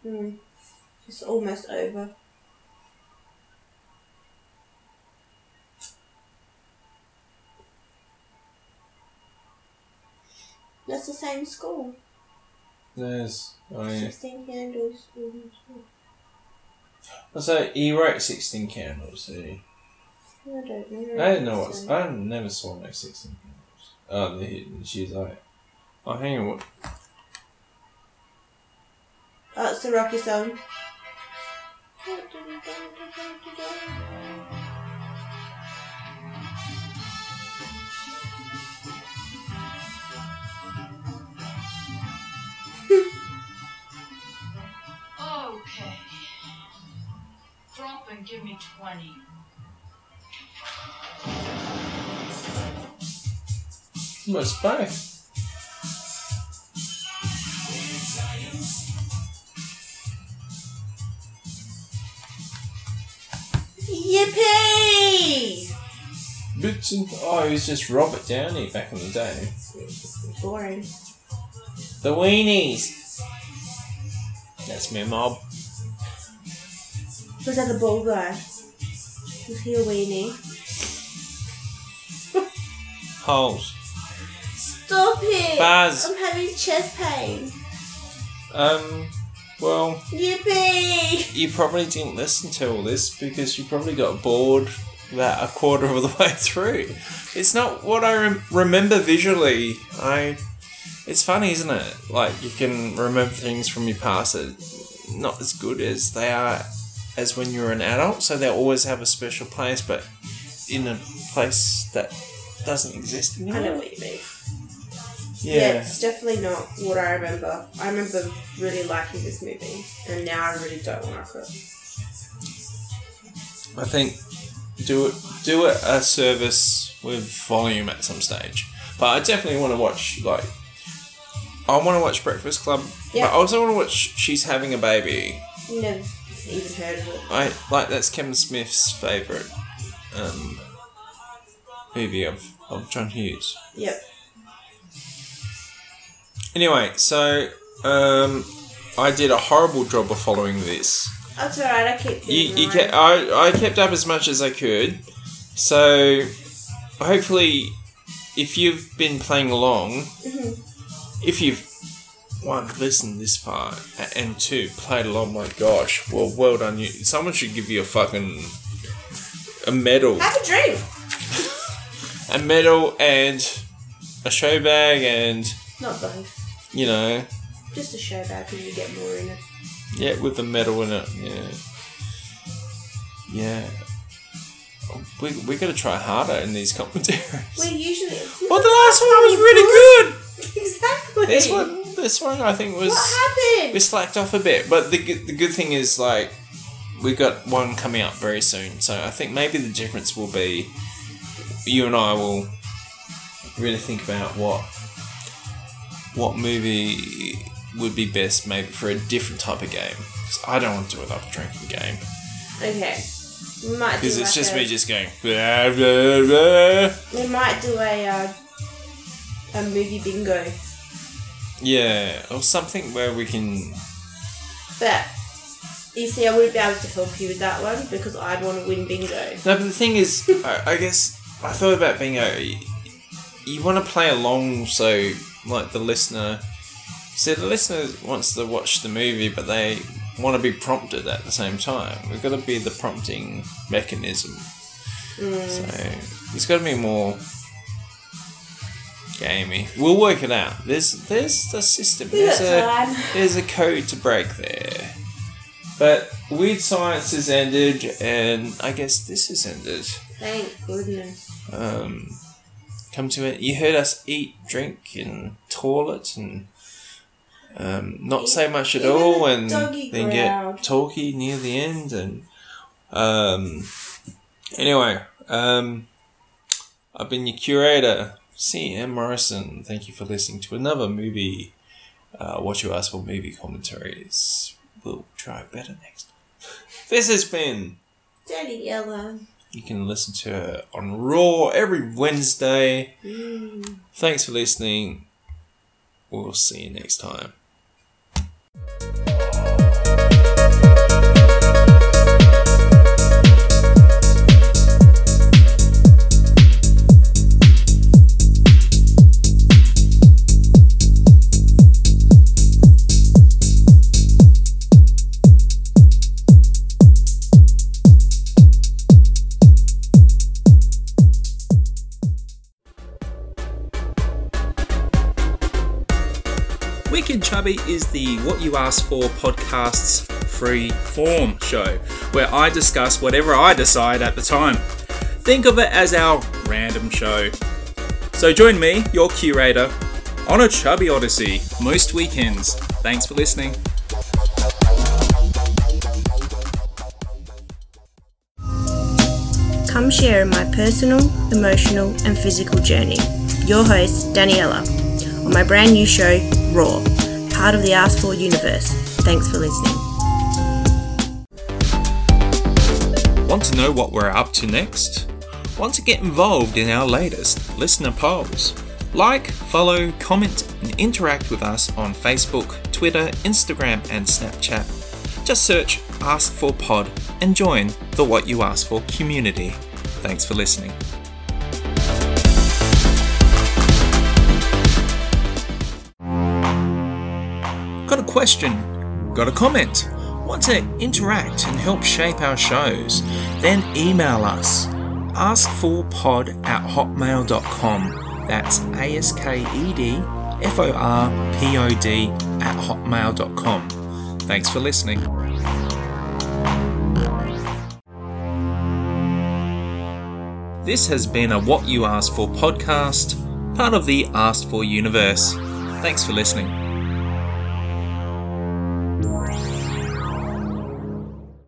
Hmm. It's almost over. That's the same school.
There's. Oh, yeah.
16 candles. mm,
So he wrote 16 candles, did he?
I don't know.
I didn't know what. I never saw no 16 candles. Oh, the hidden. She's like. Oh, hang on. What?
Oh, it's the Rocky song.
Okay. Drop and give me 20.
My spy.
Yippee!
Bits and oh, he was just Robert Downey back in the day.
Boring.
The weenies. That's me, mob.
Was that the bald guy? Was he a weenie?
Holes.
Stop it!
Buzz.
I'm having chest pain.
Um. Well,
Yippee!
you probably didn't listen to all this because you probably got bored about a quarter of the way through. It's not what I rem- remember visually. I. It's funny, isn't it? Like you can remember things from your past that not as good as they are as when you're an adult. So they always have a special place, but in a place that doesn't exist anymore.
I know what you mean.
Yeah.
Yeah. it's definitely not what I remember. I remember really liking this movie, and now I really don't like it.
I think do it do it a service with volume at some stage. But I definitely want to watch like I want to watch Breakfast Club.
Yeah.
But I also want to watch She's Having a Baby.
You never even heard of it.
I like that's Kevin Smith's favorite um, movie of of John Hughes.
Yep.
Anyway, so um, I did a horrible job of following this.
That's alright, I keep
you,
doing
you uh,
mine.
kept, I, I kept up as much as I could. So hopefully, if you've been playing along, if you've one listened this far a- and two played along, my gosh, well, well done you. Someone should give you a fucking a medal,
Have a drink!
a medal and a show bag, and
Not both.
you know,
Just a show bag because you get more in it.
yeah, with the medal in it, yeah, yeah. We, we gotta try harder in these commentaries.
We usually.
Well, the last one was really good.
Exactly!
This one, this one, I think was
What happened?
we slacked off a bit. But the good- the good thing is like we got one coming up very soon, so I think maybe the difference will be you and I will really think about what what movie would be best maybe for a different type of game. 'Cause I don't want to do another drinking game
Okay. We might do
because it's
like
just
a,
me just going blah blah blah.
We might do a uh, a movie bingo,
Yeah, or something where we can
but you see, I wouldn't be able to help you with that one because I'd want to win bingo.
No, but the thing is, I, I guess I thought about bingo. You, want to play along, so like the listener. So the listener wants to watch the movie, but they want to be prompted at the same time. We've got to be the prompting mechanism. So there's got to be more gamey. We'll work it out. There's there's the system.
We got
There's a
time.
there's a code to break there. But Weird Science has ended, and I guess this has ended.
Thank goodness.
Um, come to it. You heard us eat, drink, and toilet, and um, not say much at
Even
all,
the
and
doggy
then
growled.
get talky near the end. And um, anyway, um, I've been your curator, C.M. Morrison. Thank you for listening to another movie. Uh, what you asked for movie commentaries. We'll try better next time. This has been
Daddy Ella.
you can listen to her on Raw every Wednesday. Thanks for listening. We'll see you next time.
Wicked Chubby is the What You Ask For podcast's free form show, where I discuss whatever I decide at the time. Think of it as our random show. So join me, your curator, on a chubby odyssey most weekends. Thanks for listening.
Come share in my personal, emotional, and physical journey. Your host, Daniela, on my brand new show, Raw, part of the Ask For universe. Thanks for listening.
Want to know what we're up to next? Want to get involved in our latest listener polls? Like, follow, comment, and interact with us on Facebook, Twitter, Instagram, and Snapchat. Just search Ask for Pod and join the What You Ask For community. Thanks for listening. Got a question? Got a comment? Want to interact and help shape our shows? Then email us askforpod at hotmail.com. That's A S K E D F O R P O D at hotmail.com. Thanks for listening. This has been a What You Asked For podcast, part of the Asked For universe. Thanks for listening.